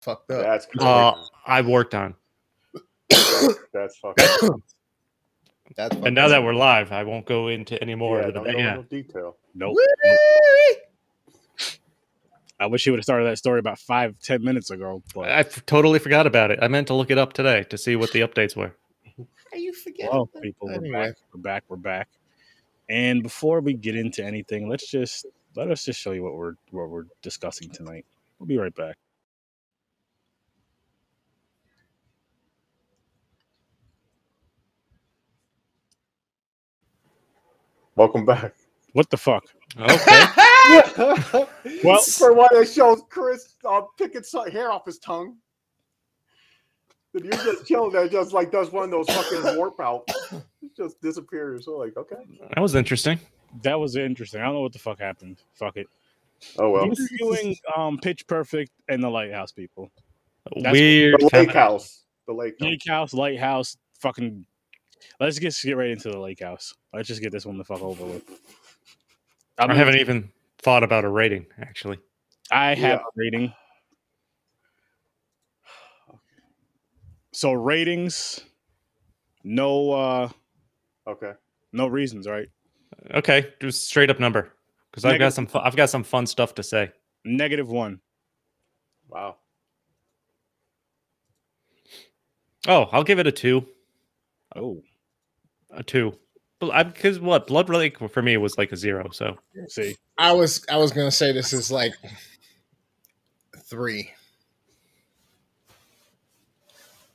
fucked up. That's crazy. Uh, I worked on. that's, that's fucking. That's fucked And now that up. we're live, I won't go into any more. yeah, of don't the, go yeah. into detail. Nope. Whee! I wish you would have started that story about five, ten minutes ago. But I f- totally forgot about it. I meant to look it up today to see what the updates were. How you forget? Well, about- people, we're Anyway. back, we're back, we're back. And before we get into anything, let's just let us just show you what we're what we're discussing tonight. We'll be right back. Welcome back. What the fuck? Okay. well, for one that shows Chris uh, picking some hair off his tongue. If you're just chilling there, just like does one of those fucking warp out, It just disappears. So like, okay. that was interesting. That was interesting. I don't know what the fuck happened. Fuck it. Oh well. We're reviewing um, Pitch Perfect and the Lighthouse people. That's- Weird. The lake kinda- house. The lake house. Lake House, Lighthouse, fucking. Let's just get right into the Lake House. Let's just get this one the fuck over with. I haven't even thought about a rating, actually. I have Yeah. a rating. So ratings, no uh Okay. no reasons, right? Okay, just straight up number because I've got Negative. some fu- I've got some fun stuff to say. Negative one. Wow. Oh, I'll give it a two, Oh, a two. Because what Blood Lake for me was like a zero, so see, I was I was gonna say this is like three.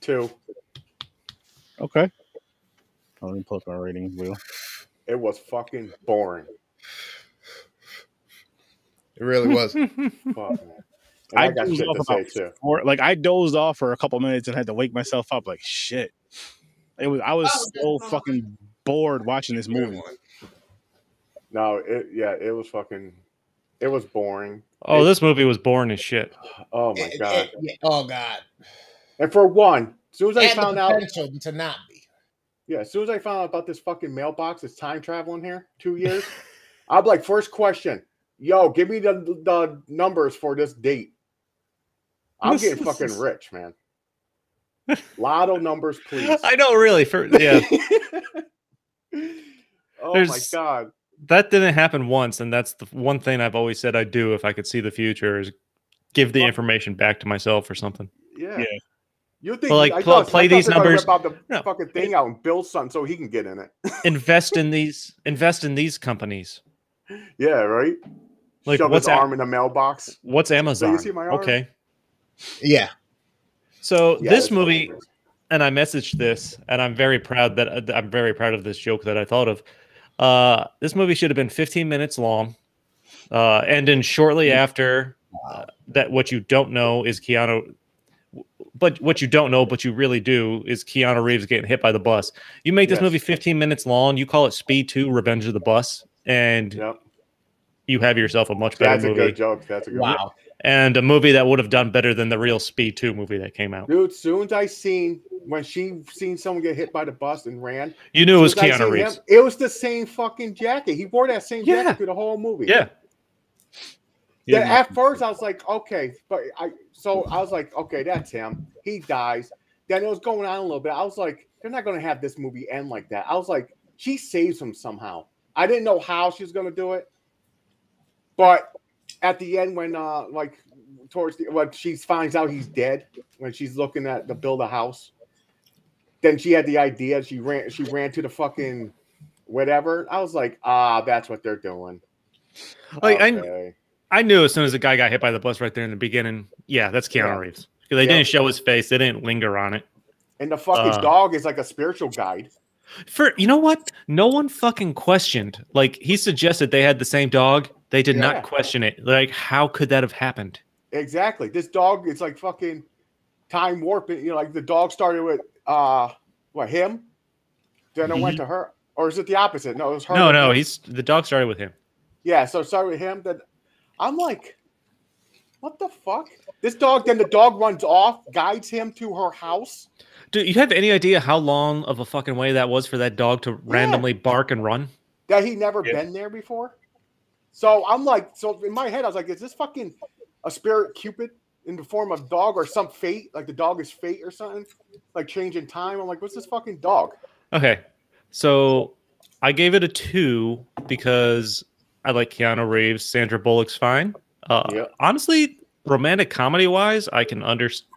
Two. okay. Oh, Let me pull up my ratings wheel. It was fucking boring. It really was. Fuck, man. And I, got dozed shit off to say about too. four- like I dozed off for a couple minutes and had to wake myself up. Like shit, it was. I was so fucking bored watching this Oh movie. No, it yeah, it was fucking. It was boring. oh, this movie was boring as shit. Oh my It- god. it- yeah, oh god. And for one, as soon as I Had found the out, potential to not be. yeah, as soon as I found out about this fucking mailbox, it's time traveling here, two years. I'm like, first question, yo, give me the the numbers for this date. I'm getting fucking rich, man. Lotto numbers, please. I know, really. For yeah, oh my There's- god. that didn't happen once, and that's the one thing I've always said I do if I could see the future is give the Well- information back to myself or something. Yeah. Yeah. You think But, like, I pl- thought- I play thought these they're gonna numbers- rip out the No. fucking thing out and build something so he can get in it. invest in these. Invest in these companies. Yeah, right. Like, Shove what's his a- arm in the mailbox. What's Amazon? see my arm? okay, Yeah. so Yeah, this it's fucking movie crazy. and I messaged this, and I'm very proud that uh, I'm very proud of this joke that I thought of. Uh, this movie should have been 15 minutes long, uh, and then Mm-hmm. shortly after uh, that, what you don't know is Keanu. But what you don't know, but you really do, is Keanu Reeves getting hit by the bus. You make this Yes. movie 15 minutes long. You call it Speed Two: Revenge of the Bus, and Yep. you have yourself a much better That's a movie good joke. That's a good one. Wow. and a movie that would have done better than the real Speed Two movie that came out. Dude, soon as I seen when she seen someone get hit by the bus and ran, You knew it was soon as I Keanu seen him, Reeves. it was the same fucking jacket. He wore that same Yeah. jacket through the whole movie. Yeah, Yeah, Yeah, at first I was like, okay, but I so I was like, okay, that's him. He dies. Then it was going on a little bit. I was like, they're not gonna have this movie end like that. I was like, she saves him somehow. I didn't know how she was gonna do it, but at the end, when uh, like towards the when she finds out he's dead, when she's looking at to build a house, then she had the idea. She ran. She ran to the fucking whatever. I was like, ah, that's what they're doing. like I, Okay. I knew as soon as the guy got hit by the bus right there in the beginning. Yeah, that's Keanu Yeah. Reeves because they Yeah. didn't show his face. They didn't linger on it. And the fucking Uh, dog is like a spiritual guide. For you know what? No one fucking questioned. Like he suggested they had the same dog. They did Yeah. not question it. Like how could that have happened? Exactly. This dog is like fucking time warping. You know, like the dog started with uh what him, then it went to her. Or is it the opposite? No, it was her. No, no, he's the dog started with him. Yeah, so started with him. Then I'm like, what the fuck? This dog, then the dog runs off, guides him to her house. Do you have any idea how long of a fucking way that was for that dog to randomly bark and run? that he never Yeah. been there before. So I'm like, so in my head, I was like, is this fucking a spirit Cupid in the form of dog or some fate, like the dog is fate or something, like changing time. I'm like, what's this fucking dog? Okay. So I gave it a two because I like Keanu Reeves. Sandra Bullock's fine. Uh, Yeah. Honestly, romantic comedy wise, I can understand.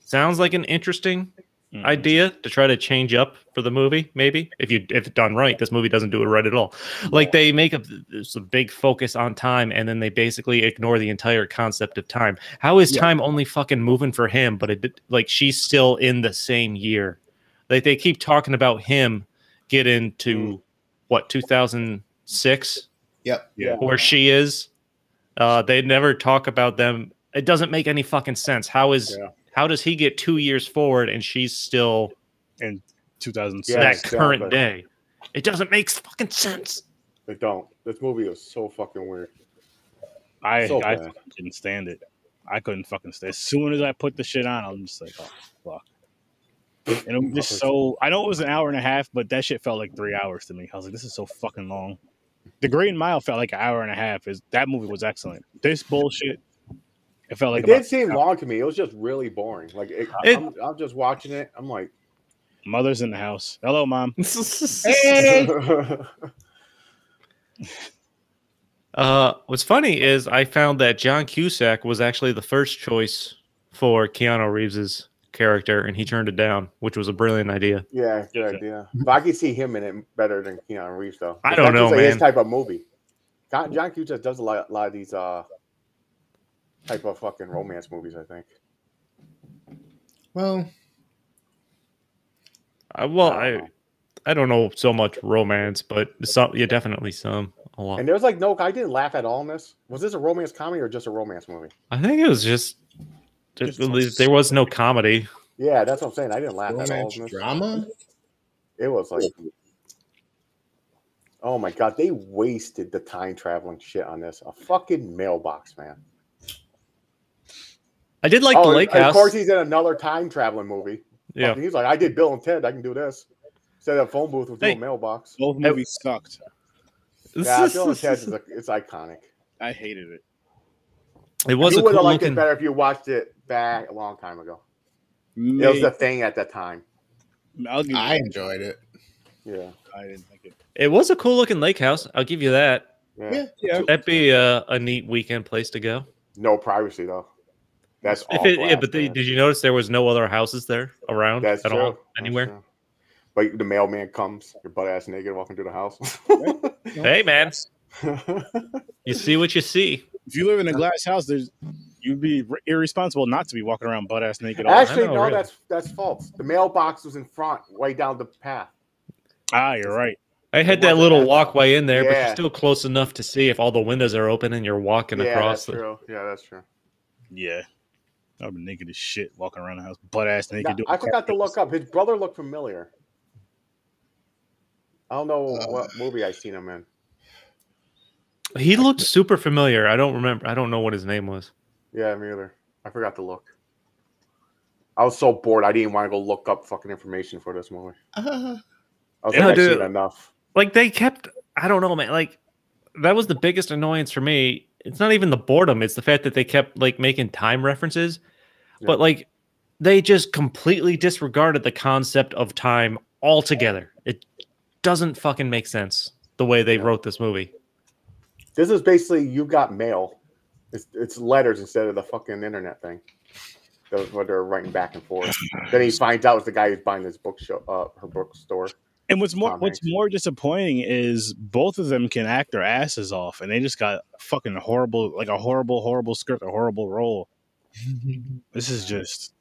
Sounds like an interesting Mm. idea to try to change up for the movie. Maybe if you if done right, this movie doesn't do it right at all. Like they make a, there's a big focus on time, and then they basically ignore the entire concept of time. How is Yeah. time only fucking moving for him? But it like she's still in the same year. Like they keep talking about him get into what 2006 Yep. Yeah. where she is. Uh, they never talk about them. It doesn't make any fucking sense. How is Yeah. how does he get two years forward and she's still Yeah, in that 2006. exactly. current day? It doesn't make fucking sense. They don't. This movie is so fucking weird. I, so I bad. couldn't stand it. I couldn't fucking stand. As soon as I put the shit on, I'm just like, oh fuck. And it was just so. I know it was an hour and a half, but that shit felt like three hours to me. I was like, this is so fucking long. The Green Mile felt like an hour and a half. Is that movie was excellent? This bullshit, it felt like it did about seem long to me. It was just really boring. Like it, It- I'm, I'm just watching it. I'm like, mothers in the house. Hello, mom. Uh, what's funny is I found that John Cusack was actually the first choice for Keanu Reeves's character, and he turned it down, which was a brilliant idea. yeah, good idea. But I could see him in it better than Keanu Reeves though. I don't That's know, just, like, man. His type of movie. John, John Q just does a lot, lot of these uh type of fucking romance movies. I think. Well, I, Uh, well, I I don't know. I don't know so much romance, but some yeah, definitely some a lot. And there's like no, I didn't laugh at all in this. Was this a romance comedy or just a romance movie? I think it was just, Just there- there was no comedy. Yeah, that's what I'm saying. I didn't laugh at all romance in this. drama. It was like, oh my god, they wasted the time traveling shit on this. A fucking mailbox, man. I did like oh, the lake and house. Of course, he's in another time traveling movie. yeah, Fucking, he's like, I did Bill and Ted. I can do this. Set up phone booth with Hey. no mailbox. Both movies sucked. Yeah, Bill and Ted is a, it's iconic. I hated it. it was you a would cool have liked looking. it better if you watched it back a long time ago. It was Maybe- the thing at that time. I'll give you I enjoyed it. Yeah, I didn't like it. It was a cool looking lake house. I'll give you that. yeah. Yeah. That'd be a, a neat weekend place to go. No privacy though. That's If all it, yeah, glass, but they, Oh, man. did you notice there was no other houses there around That's at true. all That's anywhere? true. But the mailman comes, your butt ass naked, walking through the house. Hey man, you see what you see. If you live in a glass house, there's you'd be r- irresponsible not to be walking around butt ass naked. All Actually, I know, no, really. that's that's false. The mailbox was in front, way down the path. ah, you're right. I had It that wasn't little that far. walkway in there, but you're Yeah. still close enough to see if all the windows are open and you're walking yeah, that's across. The, true. Yeah, that's true. Yeah. I've been naked as shit walking around the house, butt ass Now, naked. doing I forgot to cartwheels. look up. His brother looked familiar. I don't know Uh, what movie I seen him in. he looked super familiar. I don't remember. I don't know what his name was. Yeah, me either. I forgot to look. I was so bored. I didn't want to go look up fucking information for this movie. Uh, I was Yeah, like, I've dude. seen enough. like they kept i don't know man like that was the biggest annoyance for me it's not even the boredom it's the fact that they kept like making time references Yeah. but like they just completely disregarded the concept of time altogether it doesn't fucking make sense the way they Yeah. wrote this movie This is basically you got mail. It's, it's letters instead of the fucking internet thing. That's what they're writing back and forth. then he finds out it's the guy who's buying this bookshop, uh, her bookstore. And what's more, Tom what's Hanks. more disappointing is both of them can act their asses off, and they just got fucking horrible, like a horrible, horrible script, a horrible role. This is just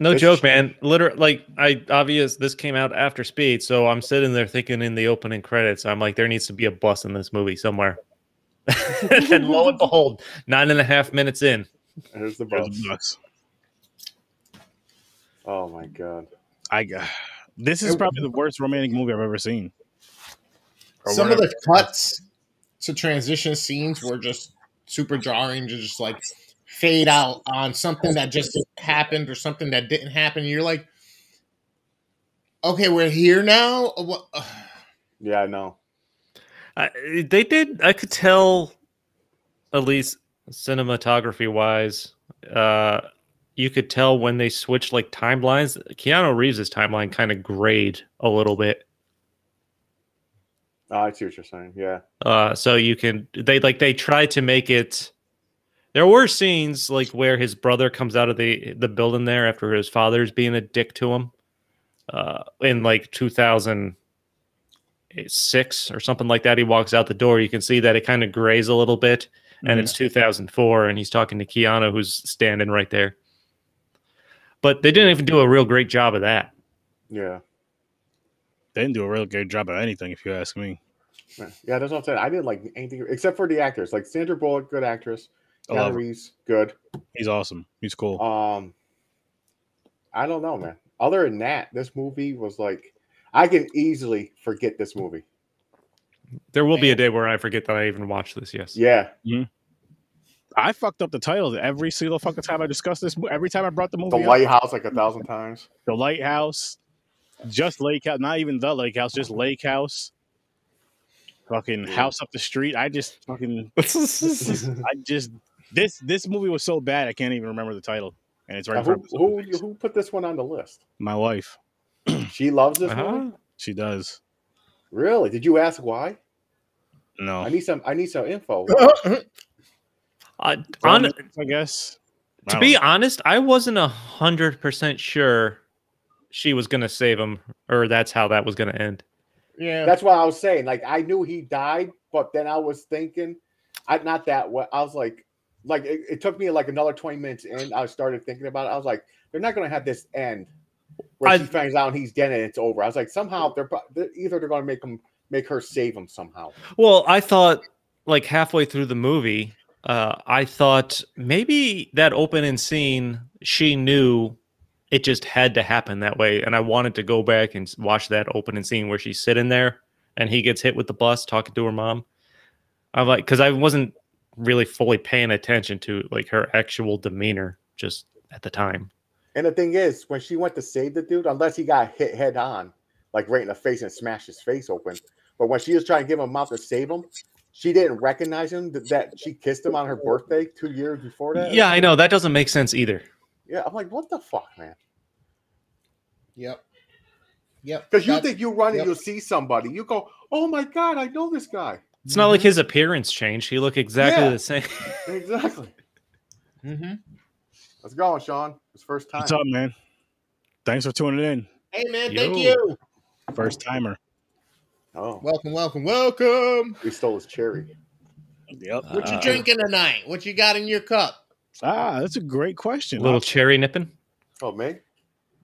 no It's- joke man literally like i obvious this came out after speed so i'm sitting there thinking in the opening credits i'm like there needs to be a bus in this movie somewhere and then lo and behold nine and a half minutes in There's the bus. there's bucks. Oh my god. I g- this is probably the worst romantic movie I've ever seen. Or some of whatever. the cuts to transition scenes were just super jarring to just like fade out on something that just happened or something that didn't happen. You're like, okay, we're here now. Uh, What? uh, Yeah, I know. I, they did. I could tell, at least cinematography wise, uh, you could tell when they switched like timelines. Keanu Reeves' timeline kind of grayed a little bit. Uh, I see what you're saying. Yeah. Uh, so you can they like they tried to make it. There were scenes like where his brother comes out of the the building there after his father's being a dick to him, uh, in like 2006 or something like that. He walks out the door. You can see that it kind of grays a little bit, and it's 2004, and he's talking to Keanu, who's standing right there. But they didn't even do a real great job of that. Yeah. They didn't do a real good job of anything, if you ask me. Yeah, Yeah, that's what I'm saying. I didn't like anything except for the actors. Like Sandra Bullock, good actress. I love Keanu him. Reeves, good. He's awesome. He's cool. Um, I don't know, man. Other than that, this movie was like, I can easily forget this movie. There will be a day where I forget that I even watched this. Yes. Yeah, I fucked up the titles every single fucking time I discussed this. mo- Every time I brought the movie, the up, lighthouse like a thousand times. the lighthouse, just lake house, not even the lake house, just lake house. Fucking house up the street. I just fucking, I just this this movie was so bad I can't even remember the title, and it's right. Now, in front who, of us. who who put this one on the list? My wife, She loves this Uh-huh. movie. she does. Really? Did you ask why? I No, need some. I need some info. I, on, I guess. I to don't be know. honest, I wasn't a hundred percent sure she was gonna save him, or that's how that was gonna end. yeah. That's what I was saying. Like I knew he died, but then I was thinking, I not that way. I was like, like it, it took me like another twenty minutes in. I started thinking about it. I was like, they're not going to have this end where I- she finds out he's dead and it's over. I was like, somehow they're, pro- they're either they're going to make him make her save him somehow. Well, I thought like halfway through the movie, uh, I thought maybe that opening scene she knew it just had to happen that way, and I wanted to go back and s- watch that opening scene where she's sitting there and he gets hit with the bus talking to her mom. I'm like, because I wasn't really fully paying attention to like her actual demeanor just at the time. And the thing is, when she went to save the dude, unless he got hit head on, like right in the face and smashed his face open. But when she was trying to give him mouth to save him, she didn't recognize him th- that she kissed him on her birthday two years before that. Yeah, I know that doesn't make sense either. Yeah, I'm like, what the fuck, man? Yep. Yep. Because you That- think you run and yep. you'll see somebody, you go, "Oh my god, I know this guy." It's not like his appearance changed; he looked exactly Mm-hmm. Yeah. the same. Exactly. Mhm. Let's go, Sean. It's first time. What's up, man? Thanks for tuning in. Hey man, thank Yo. you. First timer. Oh, Welcome, welcome, welcome. we stole his cherry. Yep. What you Uh, drinking tonight? What you got in your cup? Ah, that's a great question. Little cherry nipping. Oh, me?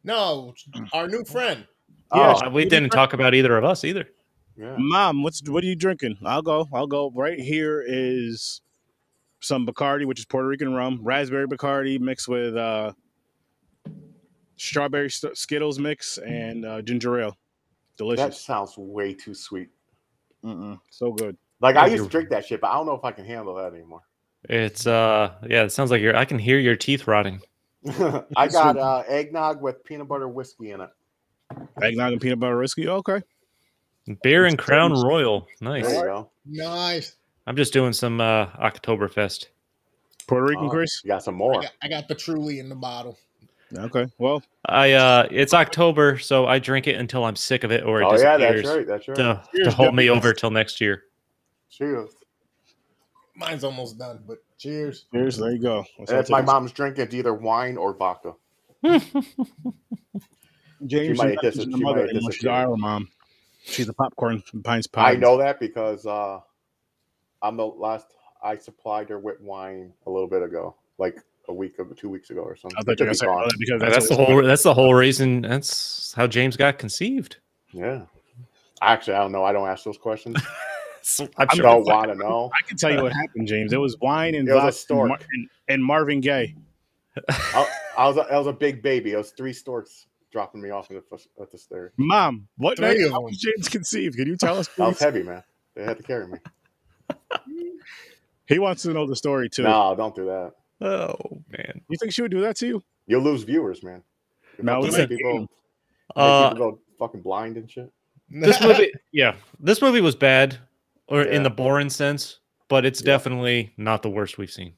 No, our new friend. Yeah, Oh, we didn't talk about either of us either. Yeah. Mom, what's what are you drinking? I'll go. I'll go. Right here is some Bacardi, which is Puerto Rican rum, raspberry Bacardi mixed with uh, strawberry st- Skittles mix and uh, ginger ale. That Delicious. sounds way too sweet. Mm-mm, so good. Like I Thank used you. to drink that shit, but I don't know if I can handle that anymore. It's uh, yeah, it sounds like you're. I can hear your teeth rotting. I got uh, eggnog with peanut butter whiskey in it. Eggnog and peanut butter whiskey. Okay. Beer and Crown Royal, nice. There you go. Nice. I'm just doing some uh Oktoberfest. Puerto Rican, Oh, Chris. You got some I more. got, I got patchouli in the bottle. Okay. Well, I uh, it's October, so I drink it until I'm sick of it or it Oh yeah, disappears that's right. That's right. to, to hold me over till next year. Cheers. Mine's almost done, but cheers. cheers. There you go. Let's And all if my take a- mom's drinking, it's either wine or vodka. James, might have dis- is not using the she might mother have anymore. She's disappeared. our mom. She's a popcorn from Pines I Pines. know that because uh, I'm the last. I supplied her with wine a little bit ago, like a week or two weeks ago or something. I thought Could you were be gonna say gone. that because That's, the what- whole. That's the whole reason. That's how James got conceived. Yeah. Actually, I don't know. I don't ask those questions. So I'm I sure don't want to know. I can tell you what happened, James. It was wine and It was a vodka stork. and, Mar- and, and Marvin Gaye. I, I was a, I was a big baby. It was three storks dropping me off in the, fus- at the stairs. Mom, what Three night of how them. was James conceived? Can you tell us? I was Please? heavy, man. They had to carry me. He wants to know the story too. No, don't do that. Oh man. You think she would do that to you? You'll lose viewers, man. You're No, fucking we make might people, gain make Uh, people go fucking blind and shit. this movie yeah this movie was bad or Yeah. in the boring sense but it's Yeah. definitely not the worst we've seen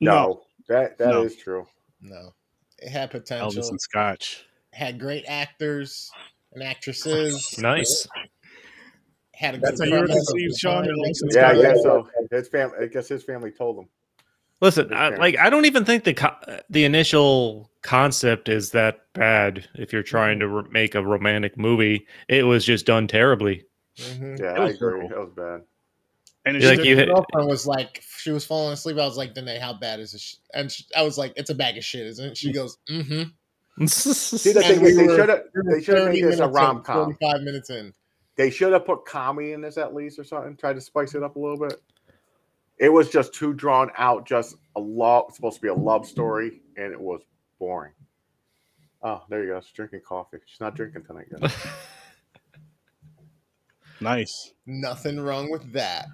No, that that is No. true. No, it had potential. Elvis and Scotch. Had great actors and actresses. Nice. Had a That's good how you were premise, conceived, good Sean, story. Elvis and Yeah, I Scotch. guess so. His family, I guess his family told him. Listen, Good I, parents. like I don't even think the co- the initial concept is that bad. If you're trying Mm-hmm. to re- make a romantic movie, it was just done terribly. Mhm. Yeah, It I was agree. horrible. That was bad. And it's You're like just- you My hit, girlfriend was like, she was falling asleep. I was like, Danae, how bad is this? sh-" And she, I was like, it's a bag of shit, isn't it? She goes, mm-hmm. See, the And thing we is, they were- should have they should have made this a rom com. Forty-five minutes in. They should have put comedy in this at least or something. Tried to spice it up a little bit. It was just too drawn out. Just a love supposed to be a love story, and it was boring. Oh, there you go. She's drinking coffee. She's not drinking tonight, guys. nice. Nothing wrong with that.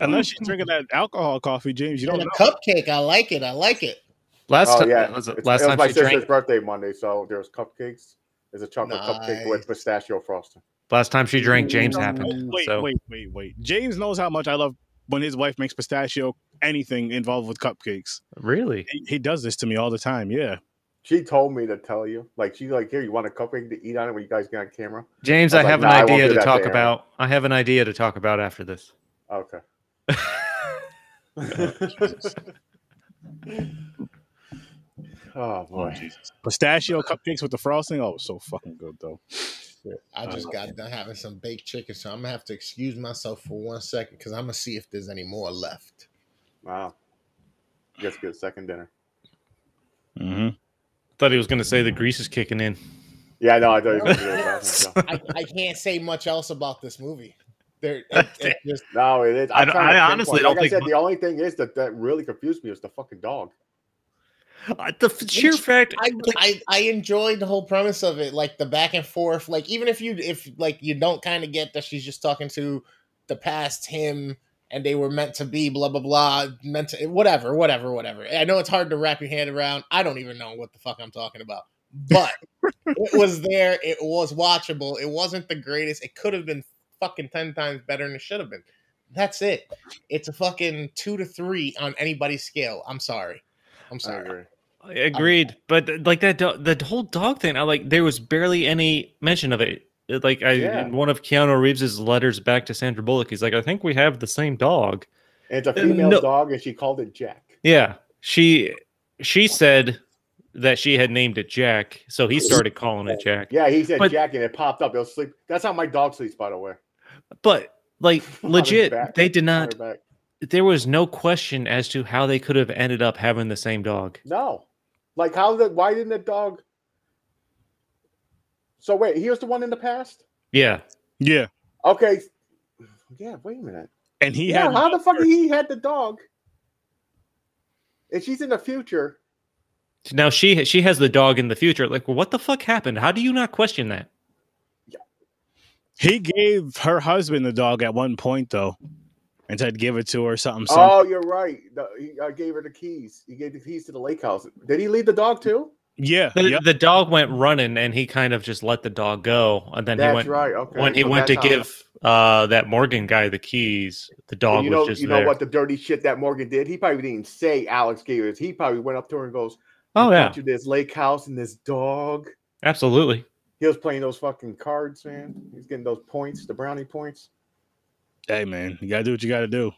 Unless you're drinking that alcohol coffee, James, you don't And a know. cupcake. I like it. I like it. last Oh time, yeah, was it It's- last it was time my she sister's drank. birthday Monday, so there was cupcakes. There's a chocolate cupcake with Nice. pistachio frosting. Last time she drank, Mm-hmm. James happened. Wait, so wait, wait, wait. James knows how much I love when his wife makes pistachio anything involved with cupcakes. really, He, he does this to me all the time. Yeah. She told me to tell you, like she like here, you want a cupcake to eat on it when you guys get on camera? James, I I, was like, have "Nah, I an won't idea do to that to talk Aaron." about. I have an idea to talk about after this. Okay. oh Oh, boy. Jesus. Pistachio cupcakes with the frosting. Oh, it was so fucking good though. I just got done having some baked chicken, so I'm gonna have to excuse myself for one second because I'm gonna see if there's any more left. Wow. Guess get a second dinner. Mm-hmm. Thought he was going to say the grease is kicking in. Yeah, no, I know. I thought you were gonna go. I, I can't say much else about this movie. There, it, it just No, it is. I'm I trying don't- to I pinpoint. honestly don't like think I said, mu- the only thing is that that really confused me was the fucking dog. Uh, the f- sheer fact, I, I I enjoyed the whole premise of it, like the back and forth. Like even if you if like you don't kind of get that she's just talking to the past him and they were meant to be blah blah blah meant to eh, whatever whatever whatever. I know it's hard to wrap your hand around. I don't even know what the fuck I'm talking about, but it was there. It was watchable. It wasn't the greatest. It could have been fucking ten times better than it should have been. That's it. It's a fucking two to three on anybody's scale. I'm sorry. I'm I sorry. agree. Agreed, but th- like that, do- the whole dog thing. I like there was barely any mention of it. It- Like I, Yeah. in one of Keanu Reeves's letters back to Sandra Bullock, he's like, I think we have the same dog. And it's a Uh, female no. dog, and she called it Jack. Yeah, she she said that she had named it Jack, so he started calling it Jack. Yeah, he said But- Jack, and it popped up. It was sleep. That's how my dog sleeps, by the way. But like On his legit, back. they did On not. her back. There was no question as to how they could have ended up having the same dog. No. Like how the why didn't the dog So wait, here's the one in the past? Yeah, Yeah. Okay. Yeah, wait a minute. And he Yeah, had how the fuck he had the dog? And she's in the future. now she she has the dog in the future. Like, well, what the fuck happened? How do you not question that? he gave her husband the dog at one point though, and said give it to her something. something. Oh, you're right. The, he uh, gave her the keys. He gave the keys to the lake house. Did he leave the dog too? yeah. The, yep. the dog went running, and he kind of just let the dog go. And then That's he went right. Okay. when he so went to that's how- give uh, that Morgan guy the keys. The dog And you know, was just you know there. what the dirty shit that Morgan did? He probably didn't say Alex gave it. He probably went up to her and goes, oh "I yeah, got you this lake house and this dog. absolutely. He was playing those fucking cards, man. He's getting those points, the brownie points. Hey man, you gotta do what you gotta do.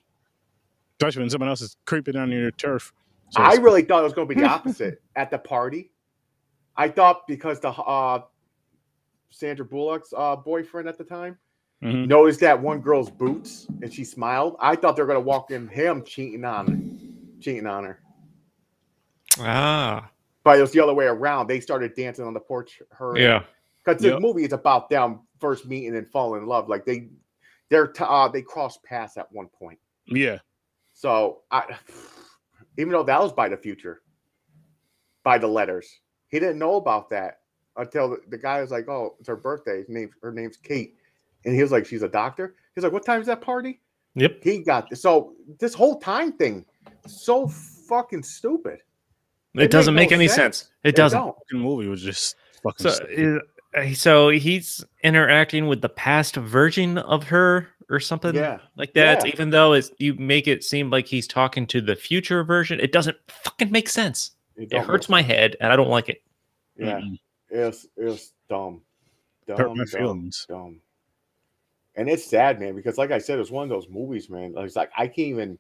Especially when someone else is creeping on your turf. So I it's- really thought it was going to be the opposite at the party. I thought because the uh, Sandra Bullock's uh, boyfriend at the time Mhm. noticed that one girl's boots and she smiled. I thought they were going to walk in him cheating on, cheating on her. Ah, But it was the other way around. They started dancing on the porch. Her yeah. because the Yep. movie is about them first meeting and falling in love. Like they, they're t- uh, they cross paths at one point. mm-hmm. Yeah. So I, even though that was by the future, by the letters, he didn't know about that until the, the guy was like, "Oh, it's her birthday. His name, her name's Kate," and he was like, "She's a doctor." He's like, "What time is that party?" Yep. He got this. so this whole time thing, so fucking stupid. It, It doesn't make makes no any sense. sense. It doesn't. don't. Fucking movie was just fucking So, uh, so he's interacting with the past version of her or something Yeah. like that. Yeah. Even though it's you make it seem like he's talking to the future version, it doesn't fucking make sense. It don't hurts my head, and I don't like it. make- Yeah, Mm-mm. it's it's dumb, Hurt dumb, my dumb, feelings. dumb. um, And it's sad, man, because like I said, it's one of those movies, man. Like, it's like I can't even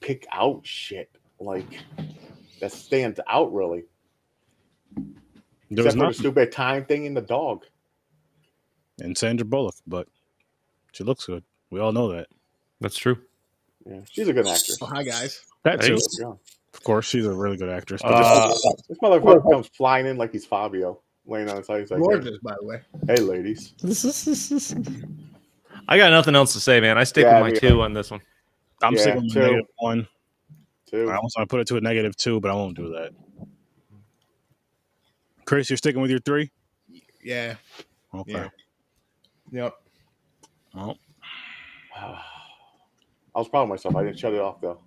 pick out shit like that stands out really. There was Except for the nothing. stupid time thing in the dog. and Sandra Bullock, but she looks good. We all know that. That's true. Yeah, she's a good actress. So, hi guys. That too. too. Thanks. Yeah. Of course, she's a really good actress. But Uh, This motherfucker comes flying in like he's Fabio, laying on his side. He's like, Gorgeous, by the way. hey, hey, ladies. I got nothing else to say, man. I stick Yeah, with my me two on this one. I'm Uh, yeah, sick of too. the negative one. Too. I almost want to put it to a negative two, but I won't do that. Chris, you're sticking with your three. Yeah. Okay. Yeah. Yep. Well, I was proud of myself. I didn't shut it off though.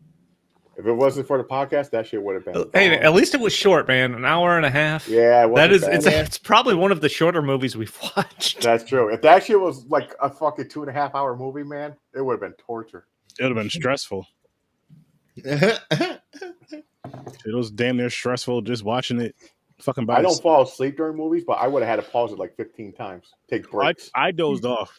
If it wasn't for the podcast, that shit would have been. Uh, Hey, gone. at least it was short, man. An hour and a half. yeah, it wasn't that is. bad. It's, it's probably one of the shorter movies we've watched. that's true. If that shit was like a fucking two and a half hour movie, man, it would have been torture. it would have been stressful. It was damn near stressful just watching it. Fucking by I don't itself. fall asleep during movies, but I would have had to pause it like fifteen times, take I, breaks. I dozed off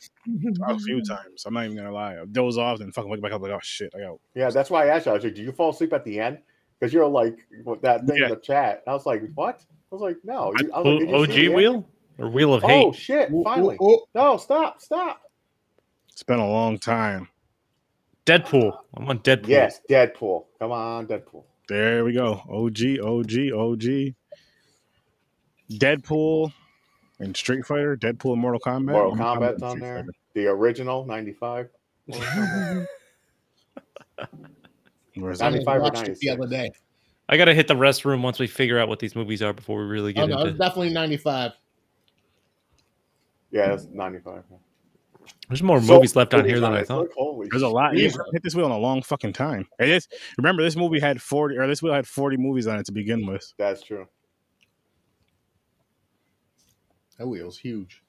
a few times. I'm not even gonna lie. I dozed off and fucking wake back up like, oh shit, I got. yeah, that's why I asked you. I was like, "Do you fall asleep at the end?" Because you're like what that thing Yeah. in the chat. I was like, "What?" I was like, "No." You- I was like, Oh, "Did you O- see OG the end?" wheel or wheel of hate? Oh shit! Finally, Oh, oh, no, stop, stop. It's been a long time. Deadpool. I'm on Deadpool. Yes, Deadpool. Come on, Deadpool. There we go. OG, OG, OG. Deadpool and Street Fighter. Deadpool and Mortal Kombat. Mortal Kombat Kombat's and on Street there. Fighter. The original '95. Where's I that? just 95 or watched it the 96. other day. I gotta hit the restroom once we figure out what these movies are before we really Oh get no, it was into. definitely ninety-five. Yeah, that's '95. There's more So- movies left on here than I It's thought. like, holy There's a lot. Yeah. Yeah. Hit this wheel in a long fucking time. It is. Remember, this movie had 40, or this wheel had 40 movies on it to begin with. shit, That's true. That wheel's huge.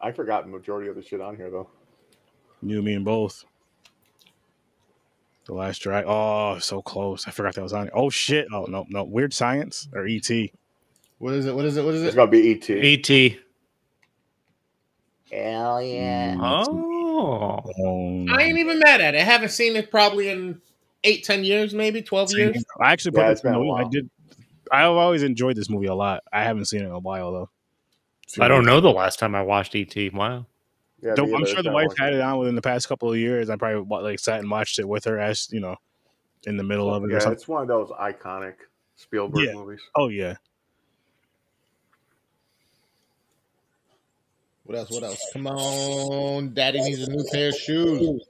I forgot the majority of the shit on here though. You, me, and both. The last drive. Oh, so close. I forgot that was on it. Oh, shit. Oh, no, no. Weird Science or E ET. What is it? What is it? What It's E is it? gonna be ET. E E.T. Hell yeah! Oh, Um, I ain't even mad at it. I haven't seen it probably in eight, ten years, maybe twelve years. I actually put Yeah, this it's been in the a wheel. I while. did. I've always enjoyed this movie a lot. I haven't seen it in a while, though. I don't know the last time I watched E.T. Wow. Yeah, Don't- the I'm other sure the Star wife Wars. had it on within the past couple of years. I probably wa- like sat and watched it with her as you know, in the middle of it or Yeah, something. it's one of those iconic Spielberg Yeah. movies. Oh yeah, What else? What else? Come on, Daddy needs a new pair of shoes.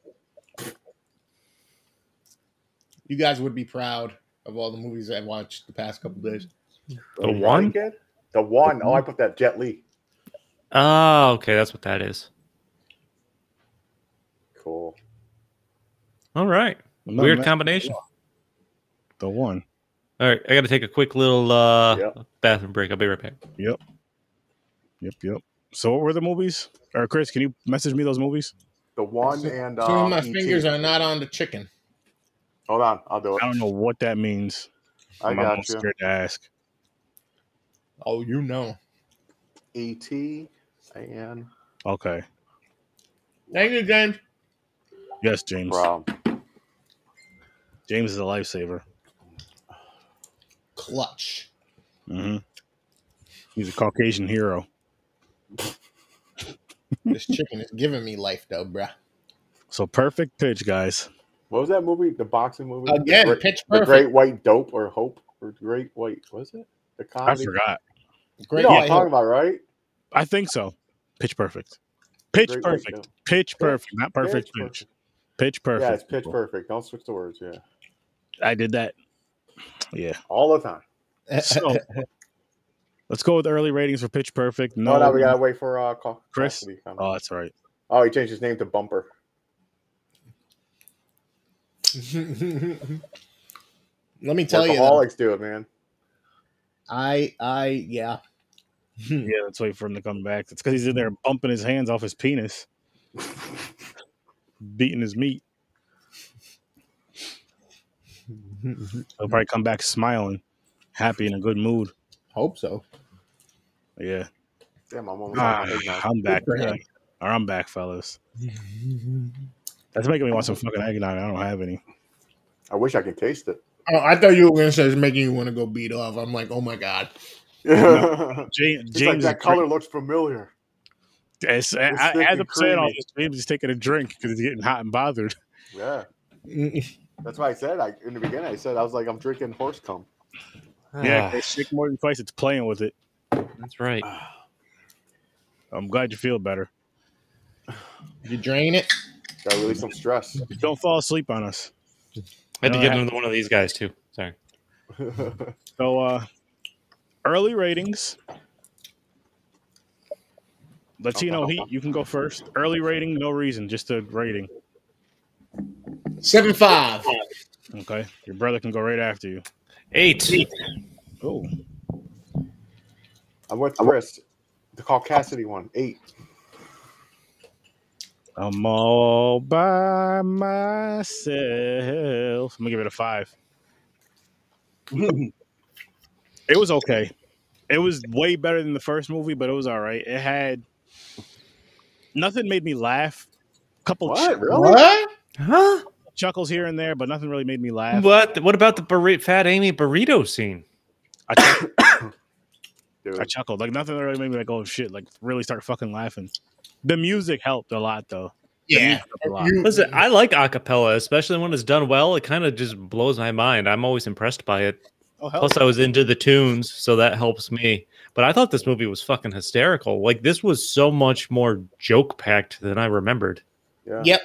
You guys would be proud of all the movies I've watched the past couple days. The Karate one? Kid? The one. Oh, I put that Jet Li. Oh, okay, that's what that is. Cool. All right, No, weird not combination. the one. All right, I got to take a quick little uh, Yep. bathroom break. I'll be right back. Yep, yep. So what were the movies? Or Chris, can you message me those movies? The one and Some uh, of my E.T.. fingers are not on the chicken. Hold on, I'll do it. I don't know what that means. I I'm got almost you. scared to ask. Oh, you know. E.T. E and Okay. Thank you, James. Yes, James. Bro. James is a lifesaver. Clutch. hmm He's a Caucasian hero. This chicken is giving me life, though, bruh. So perfect pitch, guys. What was that movie? The boxing movie? Again, The Great- pitch The perfect. Great White Dope or Hope or Great White was it? The I comedy. forgot. Great you know what White I'm talking Hope. about, right? I think so. Pitch perfect. Pitch Great White perfect. Dope. Pitch perfect. Not perfect Pitch pitch. Pitch perfect. Yeah, it's pitch people. perfect. Don't switch the words. Yeah, I did that. Yeah. all the time. So let's go with early ratings for Pitch Perfect. No, No, oh, no, we gotta wait for uh, call. Chris? Oh. oh, that's right. oh, he changed his name to Bumper. Let me tell you, though, Workaholics do it, man. I, I, yeah, yeah, let's wait for him to come back. It's because he's in there bumping his hands off his penis, beating his meat. He'll probably come back smiling, happy, in a good mood. Hope so. Yeah. Damn, I'm almost Ah, out of eggnog. I'm back. for him. man. Or I'm back, fellas. That's making me want some fucking eggnog. I don't have any. I wish I could taste it. Oh, I thought you were going to say it's making you want to go beat off. I'm like, oh my god. It's James, like James that color looks familiar. Is, I, I, thick as and I'm saying all creamy. this, James is taking a drink because he's getting hot and bothered. Yeah, Mm, that's why I said I, in the beginning. I said I was like, I'm drinking horse cum. Ah. Yeah, 'cause shake more than twice. It's playing with it. That's right. I'm glad you feel better. You drain it. Got to release some stress. Don't fall asleep on us. I had to No, give I- another one of these guys too. Sorry. So, uh, early ratings. Latino Heat, you can go first. Early rating, no reason, just a rating. Seven five. Okay, your brother can go right after you. Eight. Oh, I'm with Chris. The Caucasity one, eight. I'm all by myself. I'm gonna give it a five. it was okay. It was way better than the first movie, but it was all right. It had nothing made me laugh. Couple What? chuck- Really? What? Huh? chuckles here and there, but nothing really made me laugh. What? What about the burri- fat Amy burrito scene? I, chuckled, Dude. I chuckled. Like nothing really made me like, oh shit! Like really start fucking laughing. The music helped a lot though. The Yeah. music helped a lot. You- Listen, I like acapella, especially when it's done well. It kind of just blows my mind. I'm always impressed by it. Oh, hell Plus, I was into the tunes, so that helps me. But I thought this movie was fucking hysterical. Like this was so much more joke packed than I remembered. Yeah. Yep.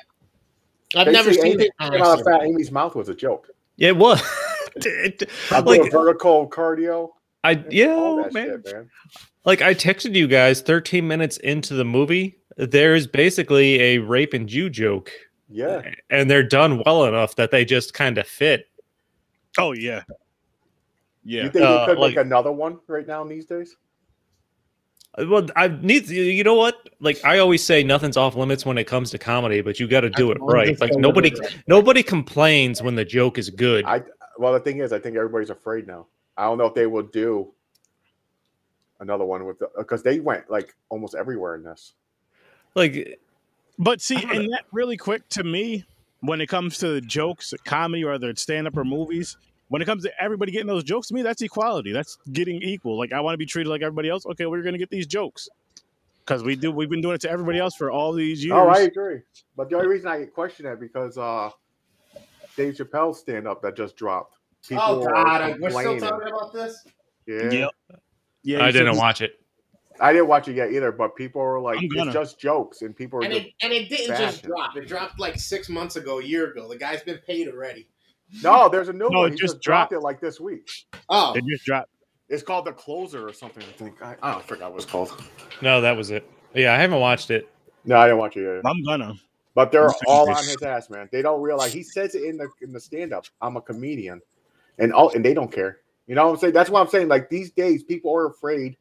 I've Basically, never seen anything it. that came out of honestly. Fat Amy's mouth was a joke. It was. It- I do a like vertical cardio. I yeah, all oh, that man. shit, man. Like I texted you guys 13 minutes into the movie. There is basically a rape and Jew joke, Yeah. and they're done well enough that they just kind of fit. Oh yeah, yeah. You think Uh, they could like- make another one right now these days? Well, I need you know what? Like I always say, nothing's off limits when it comes to comedy, but you got to do it right. Like nobody, nobody complains when the joke is good. I well, the thing is, I think everybody's afraid now. I don't know if they will do another one with because they went like almost everywhere in this. Like But see, and that really quick to me, when it comes to the jokes, comedy, whether it's stand up or movies, when it comes to everybody getting those jokes, to me, that's equality. That's getting equal. Like, I want to be treated like everybody else. Okay, we're going to get these jokes. Because we do, we've been doing it to everybody else for all these years. Oh, I agree. But the only reason I question that because uh Dave Chappelle's stand up that just dropped. Oh are god, we're still complaining. talking about this. Yeah. Yep. Yeah, I you said didn't this- watch it. I didn't watch it yet either, but people are like, I'm gonna. it's just jokes, and people are And just, it and it didn't just Fashion. drop. It dropped like six months ago, a year ago. The guy's been paid already. no. There's a new No, one. it He just just dropped it like this week. Oh, It just dropped. It's called the closer or something. I think I, I don't forgot what it's called. No, that was it. Yeah, I haven't watched it. No, I didn't watch it yet. I'm gonna. But they're Listen to all on this. his ass, man. They don't realize he says it in the in the stand up. I'm a comedian, and all and they don't care. You know what I'm saying? That's what I'm saying. Like these days, people are afraid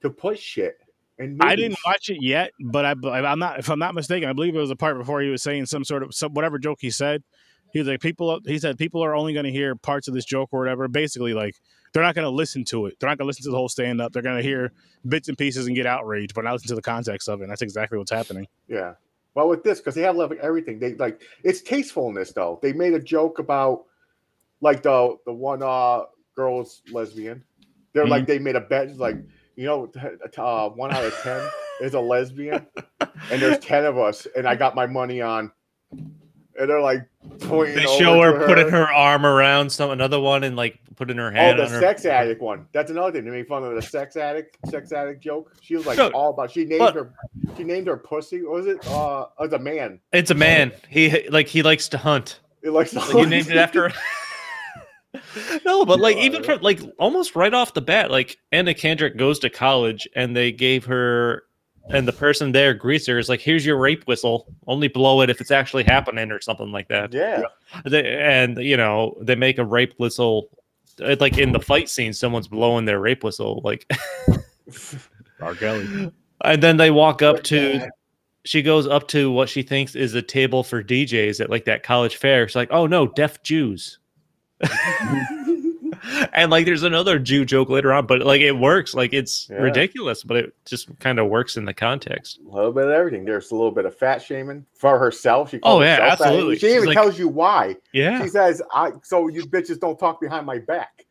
to push shit. And I didn't watch it yet, but I, but I'm not. If I'm not mistaken, I believe it was a part before he was saying some sort of some, whatever joke he said. He was like, people. He said people are only going to hear parts of this joke or whatever. Basically, like they're not going to listen to it. They're not going to listen to the whole stand up. They're going to hear bits and pieces and get outraged, but not listen to the context of it. And that's exactly what's happening. Yeah. Well, with this, because they have like everything. They like it's tastefulness though. They made a joke about like the the one uh girl's lesbian. They're like Mm-hmm. they made a bet like you know uh, one out of ten is a lesbian, and there's ten of us, and I got my money on. And they're like pointing. They over show to her putting her arm around some another one and like putting her Oh, hand the on her. sex addict one. That's another thing. They made fun of the sex addict, sex addict joke. She was like No, all about. She named but- her. She named her pussy. What was it? Uh, as a man. It's a man. He like he likes to hunt. It like, Like you named it after. no, but like even Yeah. from like almost right off the bat, like Anna Kendrick goes to college and they gave her and the person there greets her is like, "Here's your rape whistle. Only blow it if it's actually happening or something like that." Yeah. They, and you know they make a rape whistle. It's like in the fight scene, someone's blowing their rape whistle. Like R. Kelly. And then they walk up to, she goes up to what she thinks is a table for DJs at like that college fair. She's like, oh no, deaf Jews. and like there's another Jew joke later on, but like it works. Like it's Yeah. ridiculous, but it just kind of works in the context. A little bit of everything. There's a little bit of fat shaming for herself. She Oh, calls yeah, herself fat. absolutely. She She's even like- tells you why. Yeah. She says, "I so you bitches don't talk behind my back."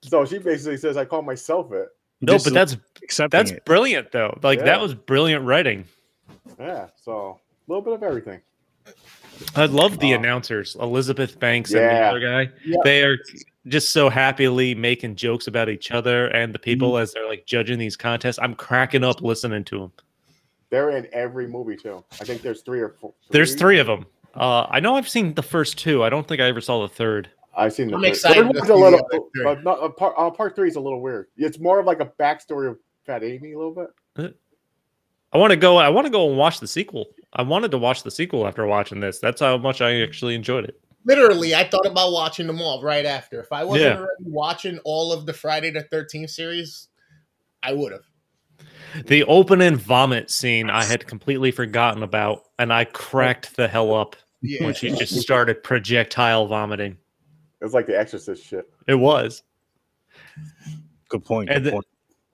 So she basically says, "I call myself it." No, Just but that's accepting that's it. brilliant though. Like Yeah. that was brilliant writing. Yeah. So a little bit of everything. I love the Oh. announcers, Elizabeth Banks Yeah. and the other guy. Yeah. They are just so happily making jokes about each other and the Mm-hmm. people as they're like judging these contests. I'm cracking up listening to them. They're in every movie too. I think there's three or four. There's three of them. Uh, I know I've seen the first two. I don't think I ever saw the third. I've seen the I'm third. excited Third to one's see a the little, other three. but not, uh, part, uh, part three is a little weird. It's more of like a backstory of Fat Amy a little bit. I want to go. I want to go and watch the sequel. I wanted to watch the sequel after watching this. That's how much I actually enjoyed it. Literally, I thought about watching them all right after. If I wasn't Yeah. already watching all of the Friday the Thirteenth series, I would have. The opening vomit scene I had completely forgotten about, and I cracked the hell up Yeah, when she just started projectile vomiting. It's like the Exorcist shit. It was. good point. And good the- point.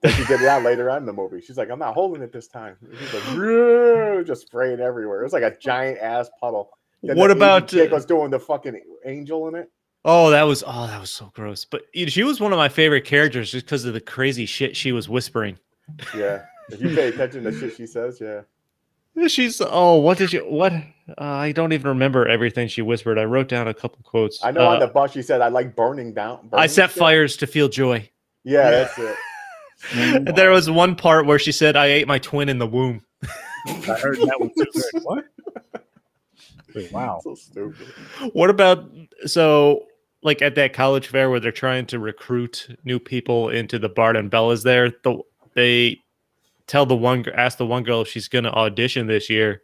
Then she did it out later on in the movie. She's like, "I'm not holding it this time." And She's like, "Roo," just spraying everywhere. It was like a giant ass puddle. Then What the Asian about? chick uh, was doing the fucking angel in it? Oh, that was. Oh, that was so gross. But you know, she was one of my favorite characters just because of the crazy shit she was whispering. Yeah. If you pay attention to shit she says, yeah. She's. Oh, what did you? What? Uh, I don't even remember everything she whispered. I wrote down a couple quotes. I know Uh, on the bus she said, "I like burning down." Burning I set shit." fires to feel joy. Yeah, that's it. Mm, There was one part where she said, "I ate my twin in the womb." I heard that one too. Like, What? Wait, wow. So stupid. What about so like at that college fair where they're trying to recruit new people into the Bard and Bella's there? The they tell the one gir- ask the one girl if she's going to audition this year,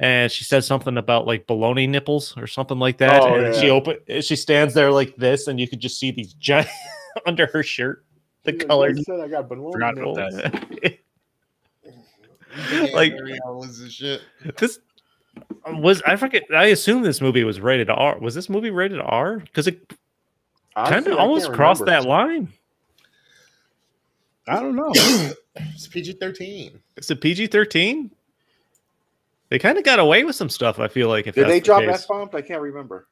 and she says something about like baloney nipples or something like that. Oh, and she yeah. open she stands there like this, and you could just see these giant under her shirt the She's like, colored. "I said I got balloon Forgot about nipples." nipples. Yeah, Like- Mariolas and shit. this um, was I forget. I assume this movie was rated R. Was this movie rated R? Because it kind Honestly, I of can't almost crossed remember. that line. I don't know. It's PG thirteen. It's a PG thirteen. They kind of got away with some stuff. I feel like if Did that's they the drop case. F bombs? I can't remember.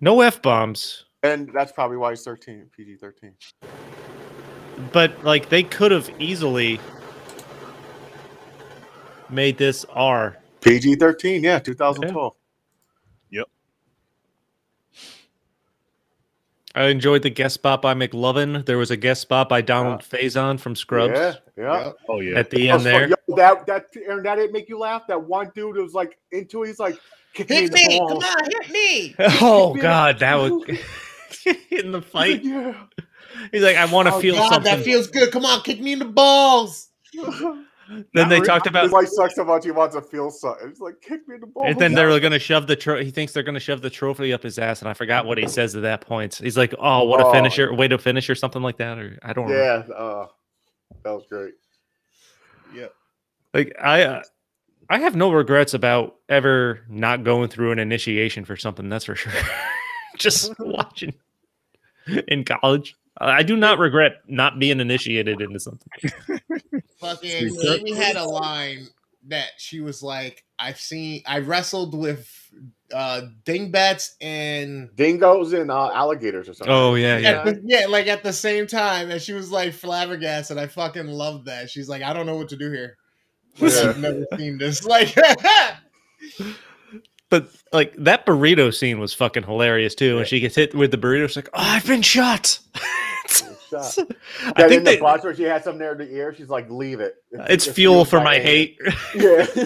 no f bombs, And that's probably why it's 13, PG 13. but like they could have easily made this R. PG 13, yeah, 2012. I enjoyed the guest spot by McLovin. There was a guest spot by Donald Faison from Scrubs Yeah, yeah. Yep. Oh yeah. at the That was end there. fun. Yo, that that Aaron, that didn't make you laugh. That one dude was like into. it, He's like, kick me in Hit the me! Come balls. on, hit me! Oh Yeah. God, that was in the He's fight. like, He's like, I want to Oh, feel God, something. that feels good. Come on, kick me in the balls. yeah. then they Not talked about, His wife sucks so much he wants to feel something. He's like, kick me in the balls. and then they're going to shove the. Tro- he thinks they're going to shove the trophy up his ass, and I forgot what he says at that point. He's like, "Oh, what Mm-hmm. Oh. a finisher! Way to finish, or something like that." Or I don't. Remember. yeah, uh, that was great. Like I, uh, I have no regrets about ever not going through an initiation for something. That's for sure. Just watching in college, I I do not regret not being initiated into something. Fucking Sweet. Amy had a line that she was like, I've seen I wrestled with uh dingbats and Dingoes and uh, alligators or something. Oh, yeah, at the- yeah, like at the same time, and she was like flabbergasted. I fucking loved that. She's like, I don't know what to do here. Like, Yeah. I've never seen this. Like, But like that burrito scene was fucking hilarious too. When Yeah. she gets hit with the burrito, she's like, "Oh, I've been shot." Shot. I Then think in the they, box where she had some near the ear, she's like, leave it. it's fuel for my hate. Yeah.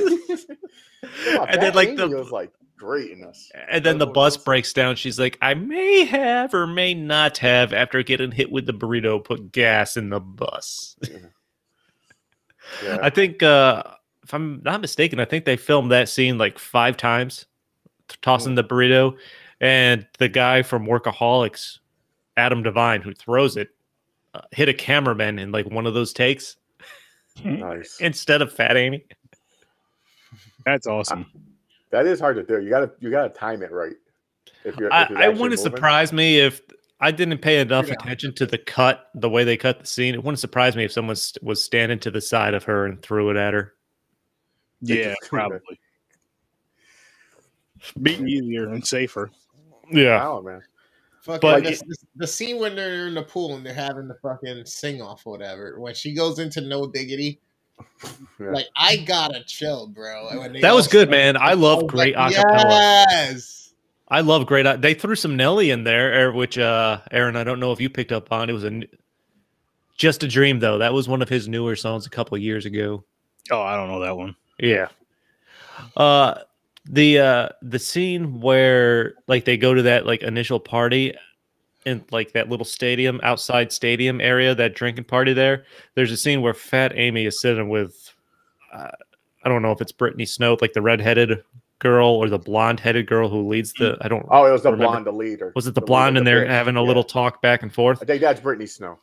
Wow, and then Fat like Amy the was like great in this. and then the Oh, bus yes. breaks down. She's like, "I may have or may not have after getting hit with the burrito put gas in the bus." Yeah. I think uh if I'm not mistaken, I think they filmed that scene like 5 times t- tossing the burrito and the guy from Workaholics, Adam Devine who throws it uh, hit a cameraman in like one of those takes Nice. instead of Fat Amy. That's awesome. That is hard to do. You gotta you gotta time it right. If you're, I, if you're I actually wouldn't moving. surprise me if I didn't pay enough Yeah. attention to the cut, the way they cut the scene. It wouldn't surprise me if someone st- was standing to the side of her and threw it at her. Yeah, probably. Be easier and safer. Yeah. Wow, man. Fuck, But- like, the, the scene when they're in the pool and they're having the fucking sing off or whatever. When she goes into no diggity, Yeah. like I gotta chill, bro. And when they That was all- good, man. I love great like, acapella. Yes. I love great. a- They threw some Nelly in there, er, which uh, Aaron, I don't know if you picked up on. It was a n- just a dream though. That was one of his newer songs a couple years ago. Oh, I don't know that one. Yeah. Uh the uh the scene where like they go to that like initial party in like that little stadium outside stadium area that drinking party there there's a scene where fat amy is sitting with uh, i don't know if it's brittany snow like the redheaded girl or the blonde headed girl who leads the i don't Oh, it was the Remember- blonde, the leader. was it the leader, blonde and they're big- having a yeah. little talk back and forth I think that's Brittany Snow.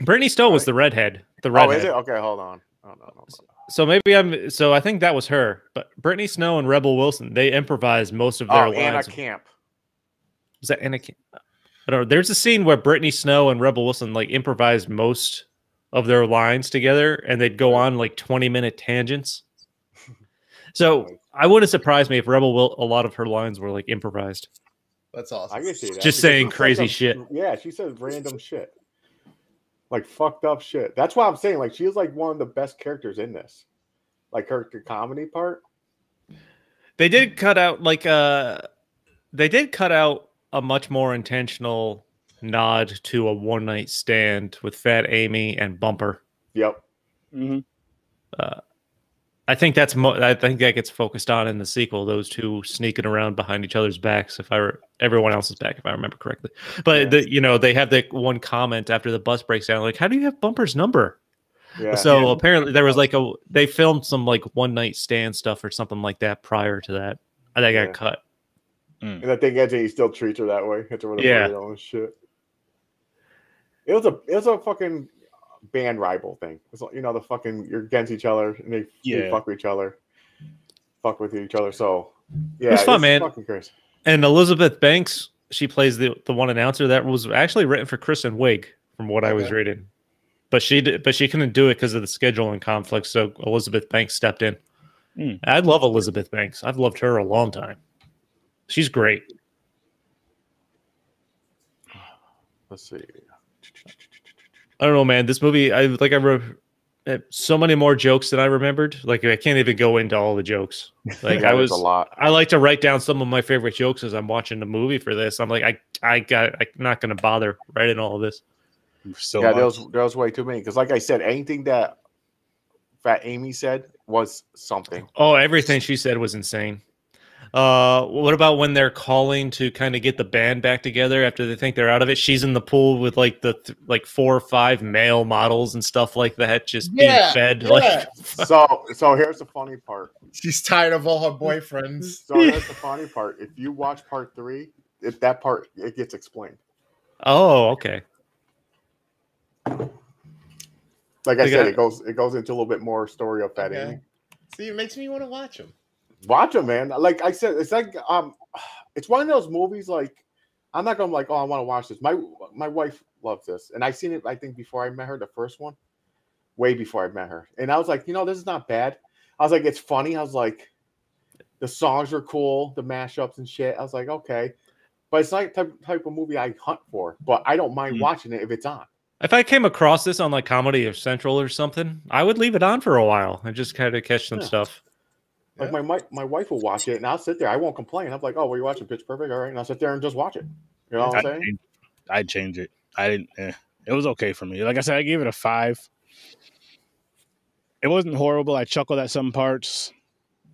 brittany snow was the redhead the Oh, redhead is it? Okay, hold on. Oh, no, no, no. so maybe i'm so i think that was her but brittany snow and rebel wilson they improvised most of their Oh, Anna lines Camp. was that Anakin? I don't know. There's a scene where Brittany Snow and Rebel Wilson like improvised most of their lines together, and they'd go on like 20 minute tangents. So I wouldn't surprise me if Rebel will a lot of her lines were like improvised. That's awesome. I can see that. Just because she saying said crazy some- shit. Yeah, she says random shit. Like fucked up shit. That's why I'm saying, like, she is like one of the best characters in this. Like her, her comedy part. They did cut out like uh they did cut out a much more intentional nod to a one night stand with Fat Amy and Bumper. Yep. Mm-hmm. I think that's mo- I think that gets focused on in the sequel. Those two sneaking around behind each other's backs. If I re- everyone else's back, if I remember correctly. But Yeah. the, you know they have the one comment after the bus breaks down, like, "How do you have Bumper's number?" Yeah. so apparently there was like a they filmed some like one night stand stuff or something like that prior to that. I think I Yeah. got cut. And I think Anthony still treats her that way. Hits her with a Yeah. burrito and shit. It was a it was a fucking band rival thing. It's like, you know the fucking you're against each other and they, they Yeah. fuck with each other, fuck with each other. So yeah, It's fun, it's man. Fucking crazy. And Elizabeth Banks, she plays the the one announcer that was actually written for Kristen Wiig, from what I was Okay. reading. But she did, but she couldn't do it because of the scheduling conflict. So Elizabeth Banks stepped in. Hmm. I love Elizabeth Banks. I've loved her a long time. She's great. Let's see. I don't know, man. This movie, I like. I re- uh, so many more jokes than I remembered. Like I can't even go into all the jokes. Like Yeah, I there's was a lot. I like to write down some of my favorite jokes as I'm watching the movie for this. I'm like, I, I got, I'm not going to bother writing all of this. We're Still yeah, on. there was there was way too many because like I said, anything that Fat Amy said was something. Oh, everything she said was insane. Uh, what about when they're calling to kind of get the band back together after they think they're out of it? She's in the pool with like the th- like four or five male models and stuff like that, just being Yeah, fed. yeah. Like, So so here's the funny part. She's tired of all her boyfriends. So here's the funny part. If you watch part three, if that part it gets explained. oh, okay, Like I Like, said, I- it goes it goes into a little bit more story of that. Okay. Amy. See, it makes me want to watch them. Watch it, man. Like I said, it's like um, it's one of those movies. Like I'm not gonna like, oh, I want to watch this. My my wife loves this, and I seen it. I think before I met her, the first one, way before I met her, and I was like, you know, this is not bad. I was like, it's funny. I was like, the songs are cool, the mashups and shit. I was like, okay, but it's not type type of movie I hunt for. But I don't mind Mm. watching it if it's on. If I came across this on like Comedy or Central or something, I would leave it on for a while and just kind of catch some Yeah. stuff. Like Yeah. my, my my wife will watch it, and I'll sit there. I won't complain. I'm like, oh, well, you watching Pitch Perfect, all right? And I'll sit there and just watch it. You know what I'm I'd saying? change, I'd change it. I didn't. Eh. It was okay for me. Like I said, I gave it a five. It wasn't horrible. I chuckled at some parts.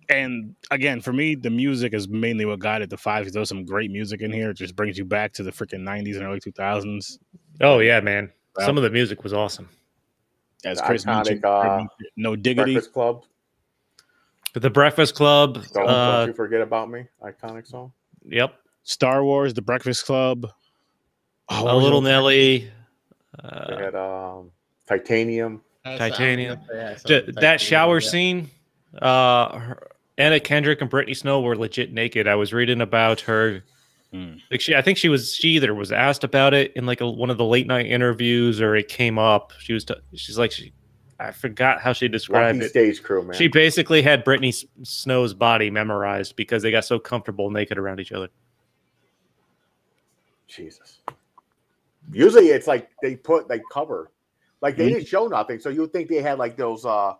And again, for me, the music is mainly what got it to five because there was some great music in here. It just brings you back to the freaking 90s and early 2000s. Oh yeah, man. Wow. Some of the music was awesome. As The Chris iconic, mentioned, uh, no diggity. Breakfast Club. The Breakfast Club. Don't, uh, don't you forget about me. Iconic song. Yep. Star Wars, The Breakfast Club. a what was uh, little it? Nelly. They Uh, had um, Titanium. Titanium. Ju- that shower scene, uh, her, Anna Kendrick and Brittany Snow were legit naked. I was reading about her. Mm. Like she, I think she was she either was asked about it in like a, one of the late night interviews or it came up. She was t- she's like she, I forgot how she described Lucky it. stage crew, man. She basically had Brittany S- Snow's body memorized because they got so comfortable naked around each other. Jesus. Usually it's like they put they cover. Like they Mhm. didn't show nothing. So you would think they had like those uh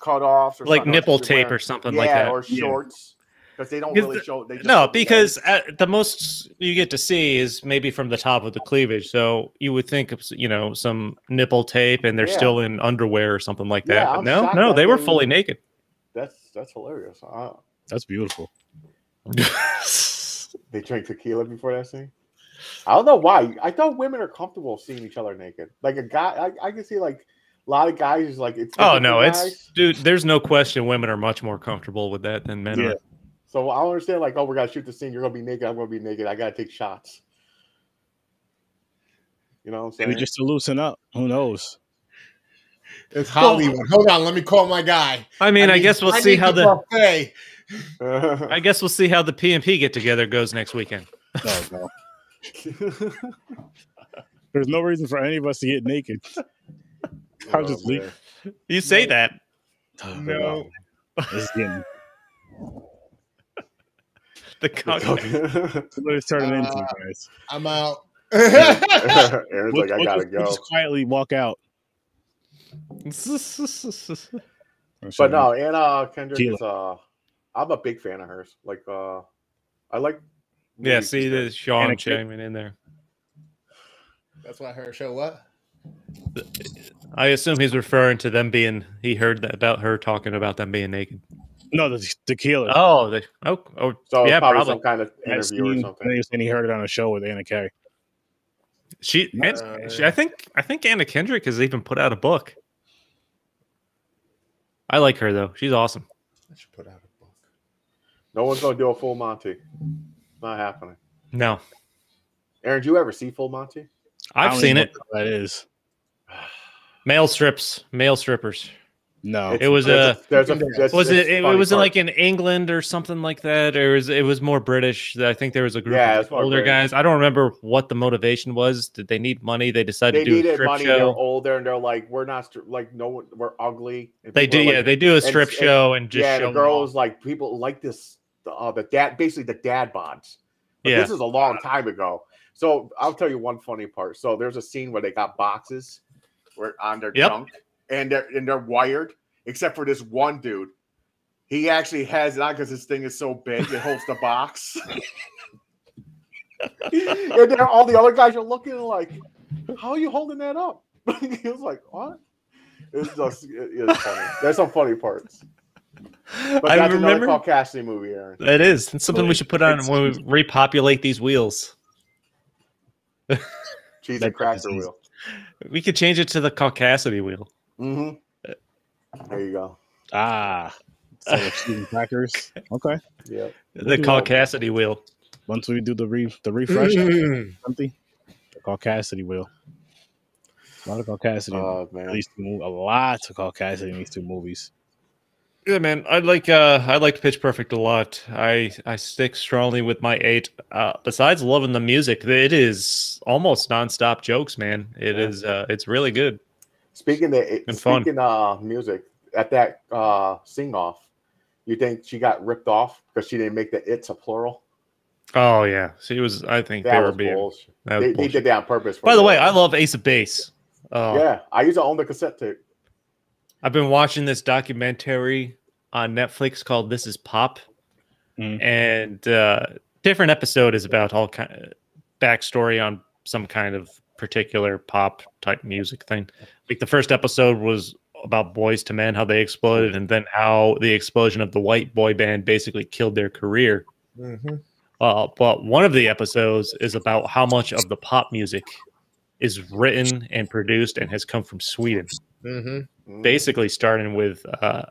cutoffs or Like something nipple that you wear. tape or something yeah, like that. or Yeah. shorts. Because they don't Because really the- show they just No, put the because uh the most you get to see is maybe from the top of the cleavage. So you would think of you know some nipple tape, and they're Yeah. still in underwear or something like that. Yeah, but I'm no, shocked no, that they were they- fully naked. that's that's hilarious. Uh, That's beautiful. they drank tequila before that scene. I don't know why. I thought women are comfortable seeing each other naked. Like a guy, I, I can see like a lot of guys is like it's. oh different no, for it's guys. dude. There's no question. Women are much more comfortable with that than men Yeah. are. So I don't understand. Like, oh, we're gonna shoot the scene. You're gonna be naked. I'm gonna be naked. I gotta take shots. You know, what I'm saying? Maybe just to loosen up. Who knows? It's Hollywood. Hold on, let me call my guy. I mean, I, need- guess we'll I see need how the buffet. I guess we'll see how the P and P get together goes next weekend. No, no. There's no reason for any of us to get naked. I'll just leak. Oh, man. You say that. Oh, No. God. It's getting The cock- it's what it's turning into, Ah. Uh, guys. I'm out. Aaron's We'll- like, I gotta we'll just- we'll go. Just quietly walk out. But no, and uh, Kendrick Tequila. is uh, I'm a big fan of hers. Like, uh, I like. yeah, movies see with her. the Sean And a kid. chiming in there. That's why her show what? I assume he's referring to them being. He heard that, about her talking about them being naked. no, the tequila. Oh, they, oh, oh So it's yeah, probably, probably. some kind of I've interview or seen- something. I think he heard it on a show with Anna Carey. She, and, Uh, she, I think, I think Anna Kendrick has even put out a book. I like her though; she's awesome. I should put out a book. No one's gonna do a full Monty. Not happening. No, Aaron, do you ever see full Monty? I I've don't seen even it. know what That is Male strips, male strippers. no. It was There's a- There's a. Was that's- Was that's it? It funny was it part. like in England or something like that, or is it was more British? I think there was a group Yeah, of it's more older British. guys. I don't remember what the motivation was. Did they need money? They decided they to do a needed strip money. They're show. older, and they're like, we're not str- like no one. We're ugly. And They do, people are yeah. like- They do a and- strip and- show and just yeah, show the them off. girls like people like this. The, uh, the dad, basically the dad bods. But Yeah. this is a long time ago. So I'll tell you one funny part. So there's a scene where they got boxes, where on their Yep. junk, and they're and they're wired, except for this one dude. He actually has it on because this thing is so big it holds the box. and then all the other guys are looking like, "How are you holding that up?" he was like, "What?" It's just it, it's funny. There's some funny parts. But I that's another remember Paul Cassidy movie, Aaron. It is. It's something we should put on It's- when we repopulate these wheels. Cheese That and cracker doesn't- wheel. We could change it to the Caucasity wheel. Mm-hmm. There you go. Ah, so the cheese and crackers. Okay, Yeah. The do Caucasity wheel. once we do the re the refresh, Mm. something. The call Cassidy will. A lot of call Cassidy. Oh at man. least two, mov- a lot to call Cassidy in these two movies. Yeah, man. I like uh I like Pitch Perfect a lot. I I stick strongly with my eight. Uh besides loving the music, it is almost nonstop jokes, man. It Yeah. is. uh it's really good. Speaking to And fun. speaking uh music at that uh sing off, you think she got ripped off because she didn't make the it's a plural? Oh yeah. She was I think That they were was being bullshit. that was They, they bullshit. did that on purpose. for By the her. way, I love Ace of Base. Oh Yeah, I used to own the cassette tape. I've been watching this documentary on Netflix called "This Is Pop," Mm. and uh, different episode is about all kind of backstory on some kind of particular pop type music thing. Like the first episode was about Boys to Men, how they exploded, and then how the explosion of the white boy band basically killed their career. Mhm. Uh, but one of the episodes is about how much of the pop music is written and produced and has come from Sweden Mhm. Mm. basically starting with uh,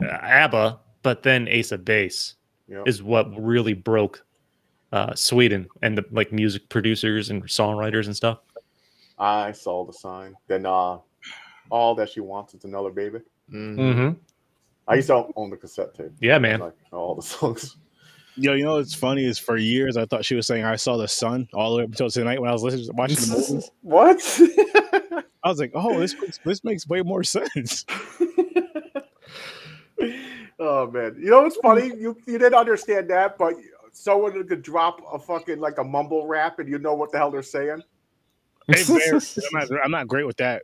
ABBA, but then Ace of Base Yeah. is what really broke uh, Sweden and the like music producers and songwriters and stuff. I saw the sign. Then uh All that she wants is another baby. Mm. Mm-hmm. I used to own the cassette tape. Yeah, man. Like all the songs. Yo, you know what's funny is for years I thought she was saying I saw the sun all the way up until tonight when I was listening watching the movie. What? I was like, oh, this makes, this makes way more sense. oh man, you know what's funny? You you didn't understand that, but someone could drop a fucking like a mumble rap, and you know what the hell they're saying. It varies. I'm, not, I'm not great with that.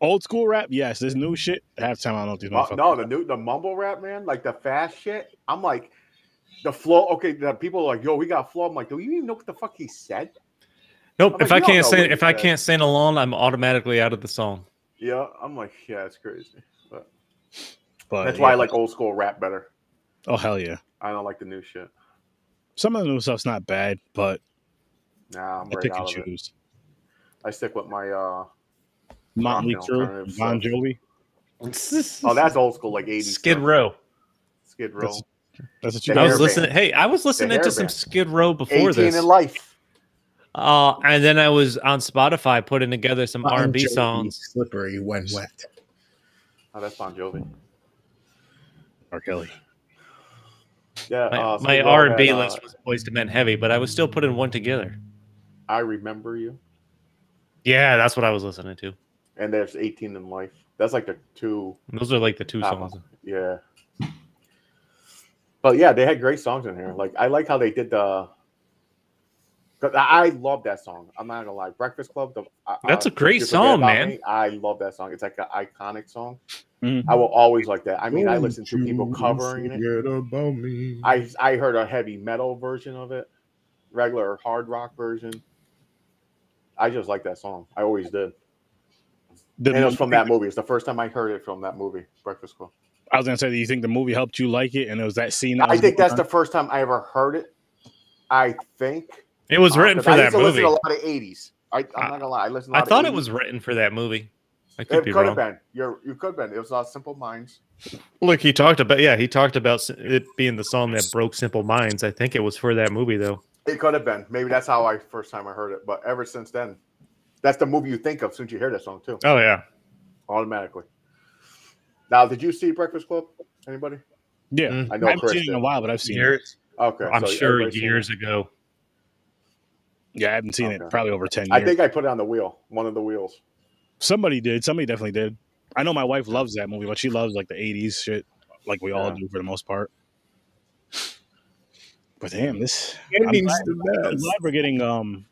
Old school rap, yes. This new shit, half time I don't know what these Mu- motherfuckers. Uh, no, the new the mumble rap, man, like the fast shit. I'm like, the flow. Okay, the people are like, yo, we got flow. I'm like, do you even know what the fuck he said? Nope. I'm If like, you don't I can't know what sing, he if I said. can't sing along, I'm automatically out of the song. Yeah, I'm like, yeah, it's crazy. but That's Uh, yeah. why I like old school rap better. Oh hell yeah! I don't like the new shit. Some of the new stuff's not bad, but Nah, I'm I right pick and out of it. choose. I stick with my. uh Motley Rock and Crue, alternative Bon stuff. Jovi. Oh, that's old school, like 80s. Skid stuff. Row. Skid Row. That's- That's what The you I got. hair was listening. band. Hey, I was listening hair to some band. Skid Row 18 before this. in life. Uh, and then I was on Spotify putting together some Bon R and B Jovi, songs. Slippery when wet. Oh, that's Bon Jovi. R. Kelly. Yeah, My, uh, my Skid Row R and B had, uh, list was Boys to Men heavy, but I was still putting one together. I remember you, Yeah, that's what I was listening to. and there's 18 in life. That's like the two. Those are like the two Ah, songs. Yeah. But yeah, they had great songs in here. Like I like how they did the. 'cause I I love that song. I'm not gonna lie, Breakfast Club. The, uh, That's a uh, great You Forget song, About man. Me, I love that song. It's like an iconic song. Mhm. I will always like that. I mean, I Don't listen to people you covering it. forget about me. I I heard a heavy metal version of it, regular hard rock version. I just like that song. I always did. The- and it was from that movie. It's the first time I heard it from that movie, Breakfast Club. I was gonna say, do you think the movie helped you like it? And it was that scene. That I was think going that's the first time I ever heard it. I think Uh, It was written for Ah, I that used to listen movie. to a lot of eighties. I, I'm not gonna lie, I listened. To a I lot of thought it 80s. was written for that movie. I could It be could have wrong. been. You're, you could have been. It was not Simple Minds. Look, he talked about yeah, he talked about s- it being the song that broke Simple Minds. I think it was for that movie though. It could have been. Maybe that's how I first time I heard it. But ever since then, that's the movie you think of since you hear that song too, Oh yeah, automatically. Now, did you see Breakfast Club? Anybody? Yeah, Mhm. I I know haven't Chris. seen it in a did. while, but I've seen it. years. Okay, so I'm sure everybody's seen it. years ago. Yeah, I haven't seen Okay. it probably over ten years. I think I put it on the wheel, one of the wheels. somebody did. Somebody definitely did. I know my wife loves that movie, but she loves like the '80s shit, like we all Yeah. do for the most part. But damn, this I'm Ending's glad- the I'm best. glad we're getting um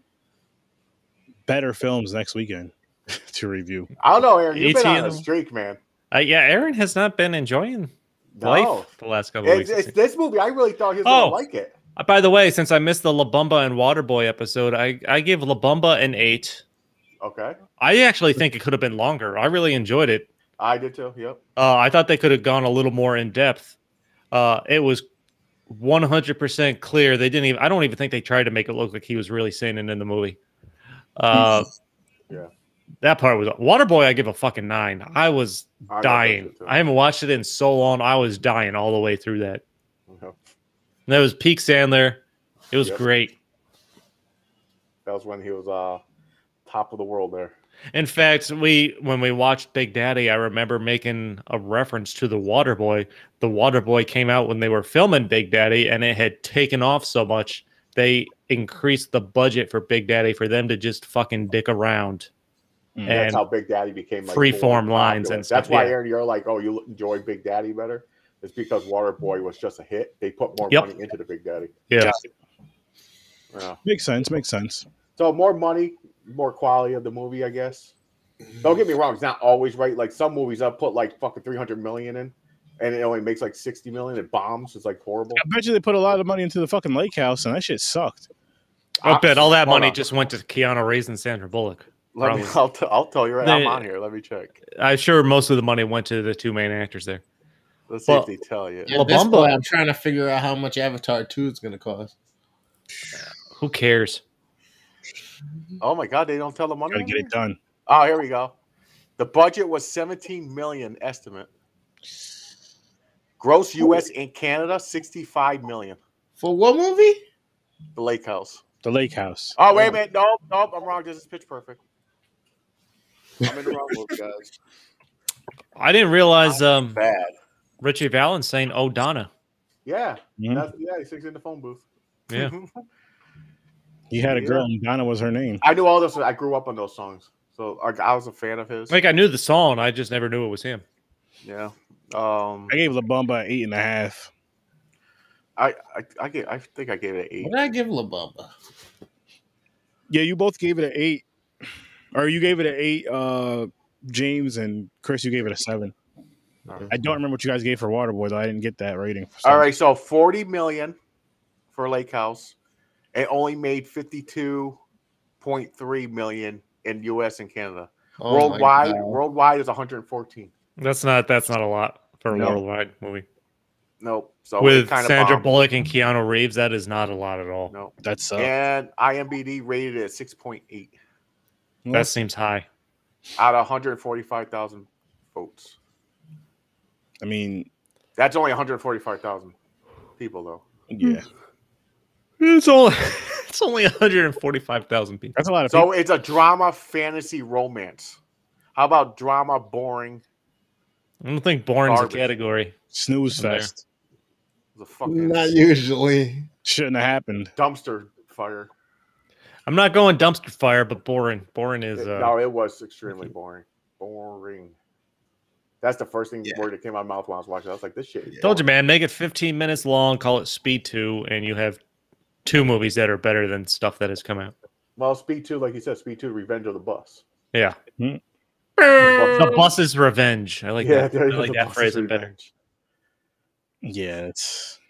better films next weekend to review. I don't know, Aaron. You've been on a ATM. streak, man. Uh, yeah, Aaron has not been enjoying No. life the last couple of It's, weeks. it's this movie. I really thought he was gonna Oh. like it. Uh, By the way, since I missed the La Bamba and Waterboy episode, I, I give La Bamba an eight. Okay, I actually think it could have been longer. I really enjoyed it. I did too. Yep. Uh, I thought they could have gone a little more in depth. Uh, it was 100% clear. They didn't even, I don't even think they tried to make it look like he was really singing in the movie. Uh, Yeah. That part was Waterboy. I give a fucking nine. I was I dying. liked it, too. I haven't watched it in so long. I was dying all the way through that. Yep. And that was peak Sandler. It was Yep. great. That was when he was uh top of the world there. In fact, we when we watched Big Daddy, I remember making a reference to the Waterboy. The Waterboy came out when they were filming Big Daddy, and it had taken off so much they increased the budget for Big Daddy for them to just fucking dick around. Mm. That's And how Big Daddy became like freeform more lines popular. and That's stuff, why yeah. Aaron, you're like, oh, you enjoy Big Daddy better. It's because Waterboy was just a hit. They put more Yep. money into the Big Daddy. yeah, Got Yeah. Makes sense. Makes sense. So more money, more quality of the movie, I guess. Don't get me wrong; it's not always right. Like some movies, I put like fucking three hundred million in, and it only makes like sixty million. It bombs. It's like horrible. I bet you they put a lot of money into the fucking lake house, and that shit sucked. I bet all that Hold money on. just went to Keanu Reeves and Sandra Bullock. Let me, Probably. I'll, t- I'll tell you right. I'm They- on here. Let me check. I'm sure most of the money went to the two main actors there. Let's see Well- if they tell you. La At this Bamba. point, I'm trying to figure out how much Avatar Two is going to cost. Who cares? Oh my god, they don't tell the money. Gotta on get there? it done. Oh, here we go. The budget was 17 million estimate. Gross US and Canada 65 million. For what movie? The Lake House. Uh, The lake house. Oh wait a minute, nope, nope, I'm wrong. This is Pitch Perfect. I'm in the wrong book, guys. I didn't realize um, Bad. Richie Valens saying "Oh Donna." Yeah. Mhm. That's, yeah, he sings in the phone booth. Yeah. He had a girl, and Donna was her name. I knew all those. I grew up on those songs. So like, I was a fan of his. Like I knew the song, I just never knew it was him. Yeah. Um I gave La Bamba an eight and a half. I, I I get I think I gave it an eight. What did I give LaBubba? Yeah, you both gave it an eight, or you gave it an eight. Uh, James and Chris, you gave it a seven. I don't remember what you guys gave for Waterboy though. I didn't get that rating. So- All right, so 40 million for Lake House. It only made 52.3 million in US and Canada. Oh my worldwide, God. worldwide is 114. That's not that's not a lot for a No. worldwide movie Nope. So with kind Sandra of Bullock and Keanu Reeves. That is not a lot at all. Nope. that's uh, And IMBD rated it at 6.8 That seems high. out of 145,000 votes. I mean, That's only 145,000 people though. yeah, It's only it's only 145,000 people. that's a lot of. So it's a drama, fantasy, romance. How about drama, boring? I don't think boring's Garbage. a category. people. snooze There. fest The fucking Not usually. shouldn't have happened. dumpster fire. I'm not going dumpster fire, but boring. Boring is It- uh, no, it was extremely boring. Boring. That's the first thing word that came out of my mouth when I was watching. it. I was like, this shit. Is Told you, man. Make it 15 minutes long. Call it Speed Two, and you have two movies that are better than stuff that has come out. Well, Speed 2, like you said, Speed 2, Revenge of the Bus. Yeah, the The bus's revenge. I like that. I there you go, like The that Bus's phrase better. Revenge. Yeah, it's.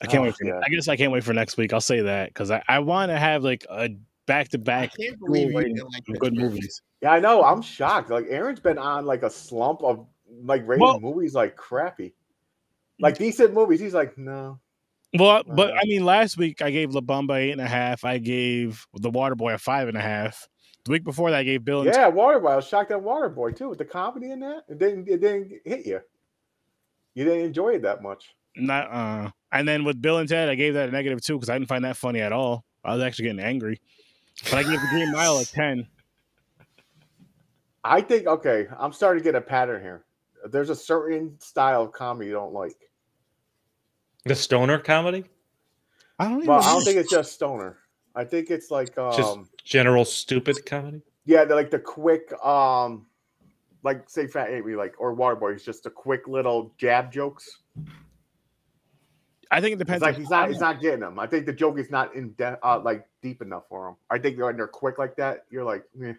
I can't Oh, wait. For, yeah. I guess I can't wait for next week. I'll say that because I, I want to have like a back to I back can't believe you rating didn't like of this good movie. movies. Yeah, I know. I'm shocked. Like, Aaron's been on like a slump of like rating Well- movies like crappy. Like decent movies. He's like, no. Well, but Uh, I mean, last week I gave La Bamba eight and a half. I gave The Waterboy a five and a half. The week before that, I gave Bill and Yeah, Waterboy. I was shocked at Waterboy too with the comedy in that. It didn't. It didn't hit you. You didn't enjoy it that much. not. Uh, and then with Bill and Ted, I gave that a negative two because I didn't find that funny at all. I was actually getting angry. But I gave The Green Mile a ten. I think okay. I'm starting to get a pattern here. There's a certain style of comedy you don't like. The stoner comedy, I don't even. Well, I don't know. think it's just stoner. I think it's like um Just- general stupid comedy. yeah, they're like the quick um like say Fat Amy like or Waterboy is just the quick little jab jokes. I think it It's depends. like on- he's not he's not getting them. I think the joke is not in depth uh, like deep enough for him. I think when they're quick like that, you're like, eh.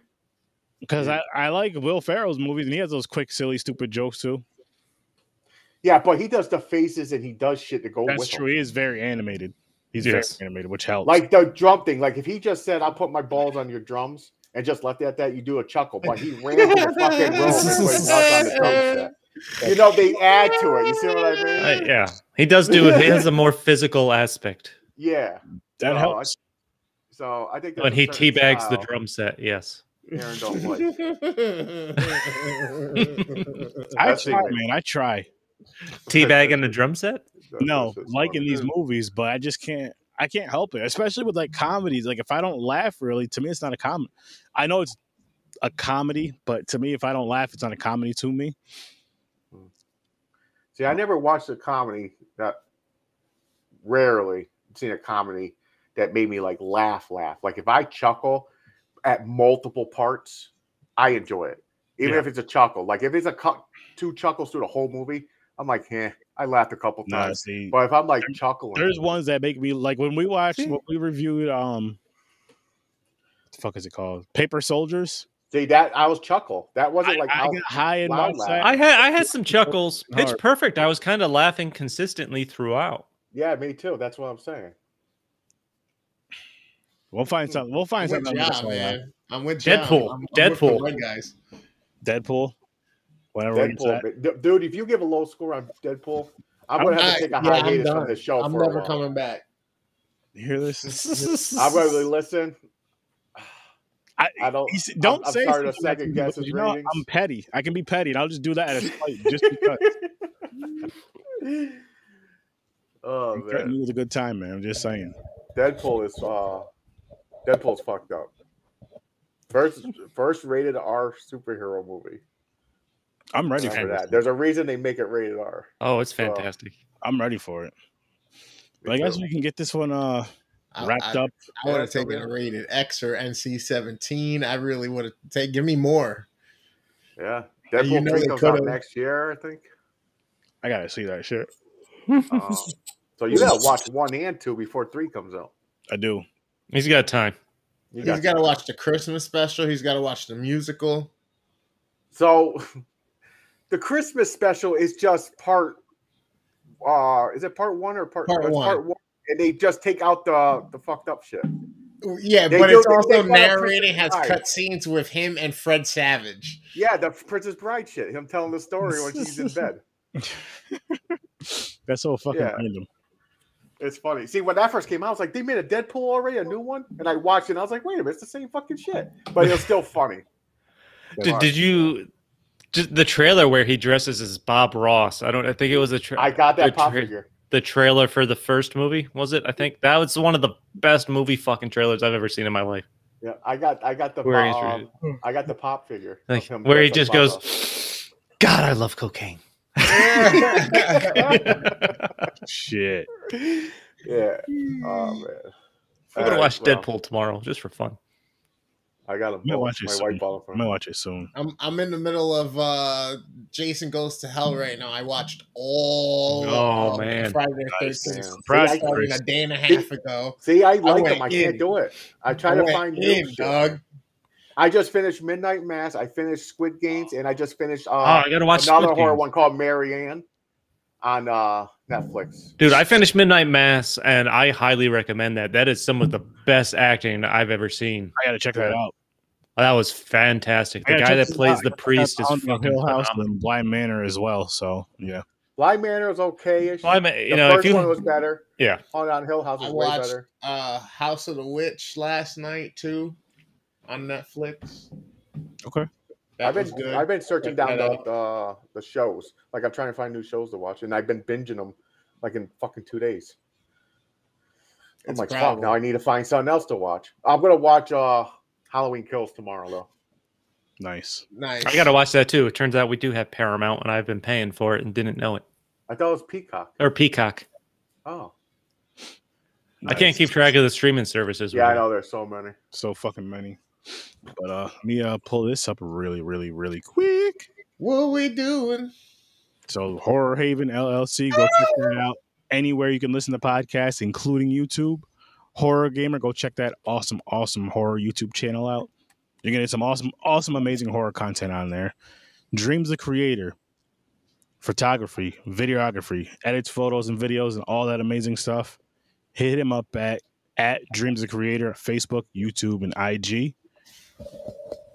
Because I, I like Will Ferrell's movies, and he has those quick, silly, stupid jokes too. yeah, but he does the faces and he does shit to go That's with 'em. true. He is very animated. He's Yes. very animated, which helps. Like the drum thing. Like if he just said, "I put my balls on your drums," and just left it at that, you do a chuckle. But he ran to the fucking room and put his nuts on the drum set. You know they add to it. You see what I mean? I- Uh, yeah, he does do. He has a more physical aspect yeah. that no, helps. So I think when he there's a certain teabags the style drum set. Yes, Aaron don't like. I, that's try, it. man. I try. teabagging the drum set. No, like in these Mm. movies, but I just can't. I can't help it, especially with like comedies. Like if I don't laugh, really, to me, it's not a comedy. I know it's a comedy, but to me, if I don't laugh, it's not a comedy to me. See, I never watched a comedy that rarely seen a comedy that made me like laugh, laugh. Like if I chuckle at multiple parts, I enjoy it. Even Yeah. if it's a chuckle. Like if it's a cu- two chuckles through the whole movie, I'm like, eh, I laughed a couple No, times. see, But if I'm like chuckling, there's ones that make me like when we watched what we reviewed. Um, what the fuck is it called? Paper Soldiers. see that I was chuckle. That wasn't I- like I out- get high in my loud laugh. side. I had I had some chuckles. Pitch Hard. Perfect. I was kind of laughing consistently throughout. yeah, me too. That's what I'm saying. We'll find something. We'll find I'm with something. on this John, one, man. man. I'm with John. Deadpool. I'm- I'm with the Deadpool. Red guys. Deadpool. Whenever we get to Deadpool, that. but- dude. If you give a low score on Deadpool, I'm, I'm gonna have not- to take a yeah, I'm hiatus done. from this show. I'm for a never while. coming back. You hear this? I'm gonna listen. I, I don't. you see- don't I'm- I'm say sorry to something that second you- guess his you know, ratings. I'm petty. I can be petty, and I'll just do that at a spite, just because. oh I'm threatening man, Oh, you with a good time, man. I'm just saying. Deadpool is uh, Deadpool's fucked up. First, first rated R superhero movie. I'm ready for Remember that. that. There's a reason they make it rated R. Oh, it's Well, fantastic. I'm ready for it. But I guess we can get this one uh I- wrapped I- up. I would have That's a taken a real- rated X or NC seventeen. I really would have taken. Give me more. Yeah, And Deadpool you know three they comes out could've- next year, I think. I gotta see that shit. Um, so you gotta watch one and two before three comes out. I do. He's got time. You He's got got to watch the Christmas special. He's got to watch the musical. so the Christmas special is just part. Uh, is it part one or part Part it's one. one? And they just take out the the fucked up shit. Yeah, They but do- it's they- also they follow narrated. Princess Has Bride. cut scenes with him and Fred Savage. Yeah, the Princess Bride shit. Him telling the story when she's in bed. That's so fucking Yeah. random. It's funny. See, when that first came out, I was like, they made a Deadpool already, a new one, and I watched it. and I was like, wait a minute, it's the same fucking shit, but it was still funny. Did, did you d- the trailer where he dresses as Bob Ross? I don't. I think it was a. Tra- I got that the pop tra- figure. the trailer for the first movie was it? I think that was one of the best movie fucking trailers I've ever seen in my life. Yeah, I got, I got the, Where he's um, I got the pop figure. of Like, him where he dressed just up as goes, God, I love cocaine. Bob Shit. Ross. yeah. Oh man, I'm Mm. gonna Alright, watch well, Deadpool tomorrow just for fun. I got him. might both. watch it my soon. white ball I'm gonna watch it soon. I'm I'm in the middle of uh Jason Goes to Hell right now. I watched all Oh, of man. Friday the Nice. Thirteenth Christ, starting a Christ. day and a half ago. See, I like went him. I in. can't do it. I try I to went find new in, shit. dog. I just finished Midnight Mass. I finished Squid Games, and I just finished. Uh, oh, I gotta watch another Squid horror Games. one called Marianne on uh, Netflix. Dude, I finished Midnight Mass, and I highly recommend that. That is some of the best acting I've ever seen. I gotta check that out. That was fantastic. The I gotta guy check that this plays out. the I priest is found fucking the Hill House phenomenal. and Blind Manor as well. So yeah, Blind Manor was okay. Well, I mean, you the know, if first one you was better. yeah, On on Hill House I was way watched better. uh House of the Witch last night too on Netflix. Okay. That I've was been good. I've been searching Check down that the, the the shows. Like I'm trying to find new shows to watch, and I've been binging them like in fucking two days. I'm It's like, a fuck. problem. Now I need to find something else to watch. I'm gonna watch uh Halloween Kills tomorrow though. nice. nice. I gotta watch that too. It turns out we do have Paramount, and I've been paying for it and didn't know it. I thought it was Peacock. Or Peacock. Oh I can't Nice. keep track of the streaming services. yeah, we I have. know there's so many. so fucking many. But uh, let me uh pull this up really, really, really quick. What we doing? So Horror Haven LLC, go check that out. Anywhere you can listen to podcasts, including YouTube. Horror Gamer, go check that awesome, awesome horror YouTube channel out. You're gonna get some awesome, awesome, amazing horror content on there. Dreams the Creator, photography, videography, edits photos and videos, and all that amazing stuff. Hit him up at at Dreams the Creator, Facebook, YouTube, and IG.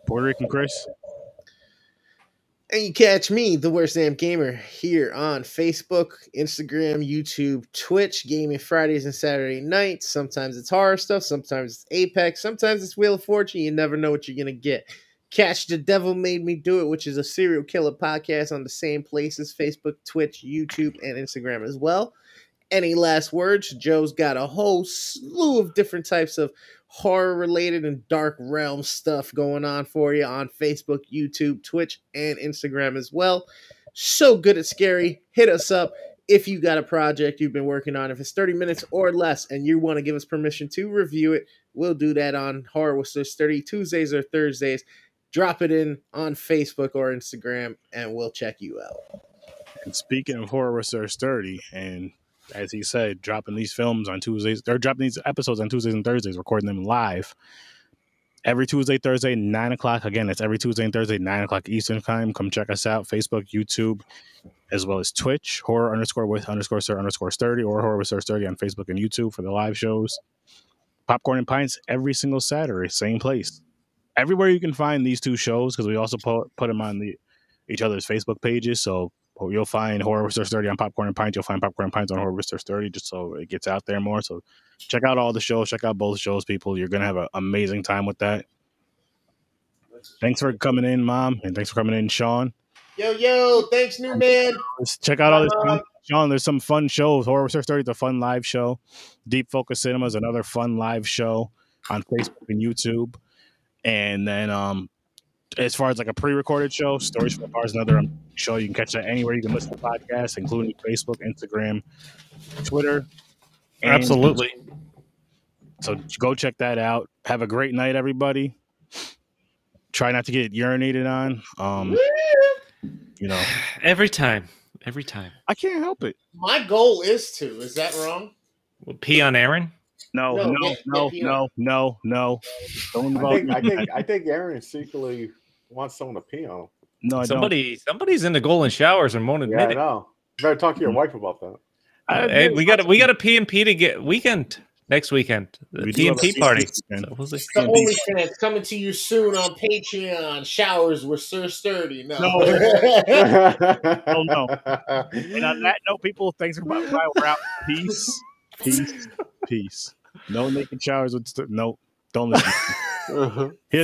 Puerto Rican Chris. And you catch me, the worst damn gamer, here on Facebook, Instagram, YouTube, Twitch, gaming Fridays and Saturday nights. Sometimes it's horror stuff, sometimes it's Apex, sometimes it's Wheel of Fortune. You never know what you're gonna get. Catch the Devil Made Me Do It, which is a serial killer podcast on the same places Facebook, Twitch, YouTube, and Instagram as well. Any last words? Joe's got a whole slew of different types of horror related and dark realm stuff going on for you on Facebook, YouTube, Twitch, and Instagram as well. So good at scary. Hit us up if you got a project you've been working on. If it's 30 minutes or less and you want to give us permission to review it, we'll do that on Horror Whistlers 30 Tuesdays or Thursdays. Drop it in on Facebook or Instagram and we'll check you out. And speaking of horror research 30, and as he said, dropping these films on Tuesdays, they're dropping these episodes on Tuesdays and Thursdays, recording them live. Every Tuesday, Thursday, nine o'clock. Again, that's every Tuesday and Thursday, nine o'clock Eastern time. Come check us out. Facebook, YouTube, as well as Twitch, horror underscore with underscore sir underscore 30 or horror with sir 30 on Facebook and YouTube for the live shows. Popcorn and Pints every single Saturday, same place. Everywhere you can find these two shows, because we also put, put them on the each other's Facebook pages. So well, you'll find Horror Research 30 on Popcorn and Pints. You'll find Popcorn and Pints on Horror Research 30 just so it gets out there more. So check out all the shows. Check out both shows, people. You're going to have an amazing time with that. Thanks for coming in, Mom. And thanks for coming in, Sean. Yo, yo, thanks, new man. Let's check out all this. Bye. Sean, there's some fun shows. Horror Research 30 is a fun live show. Deep Focus Cinema is another fun live show. on Facebook and YouTube. And then um as far as like a pre-recorded show, Stories from the Bar is another show. You can catch that anywhere you can listen to podcasts, including Facebook, Instagram, Twitter. and- Absolutely. So go check that out. Have a great night, everybody. Try not to get urinated on. Um, you know, Every time. Every time. I can't help it. My goal is to. Is that wrong? We'll pee on Aaron. No, No, no, yeah, no, yeah, no, no, no. Don't I involve think, me. I think I think Aaron secretly wants someone to pee on him. No, I don't. Somebody, somebody's in the golden showers and won't Yeah, admit I know. You better talk to your wife about that. I it. Hey, admit we got we got a P and P to get weekend next weekend. The We do P and have a P party. this weekend. So we'll see. The OnlyFans coming to you soon on Patreon. Showers with Sir Sturdy. No. No. oh no. And on that note, people, thanks for bye. bye, We're out. Peace, peace, peace. No naked showers with st- no. Don't listen. no. Here's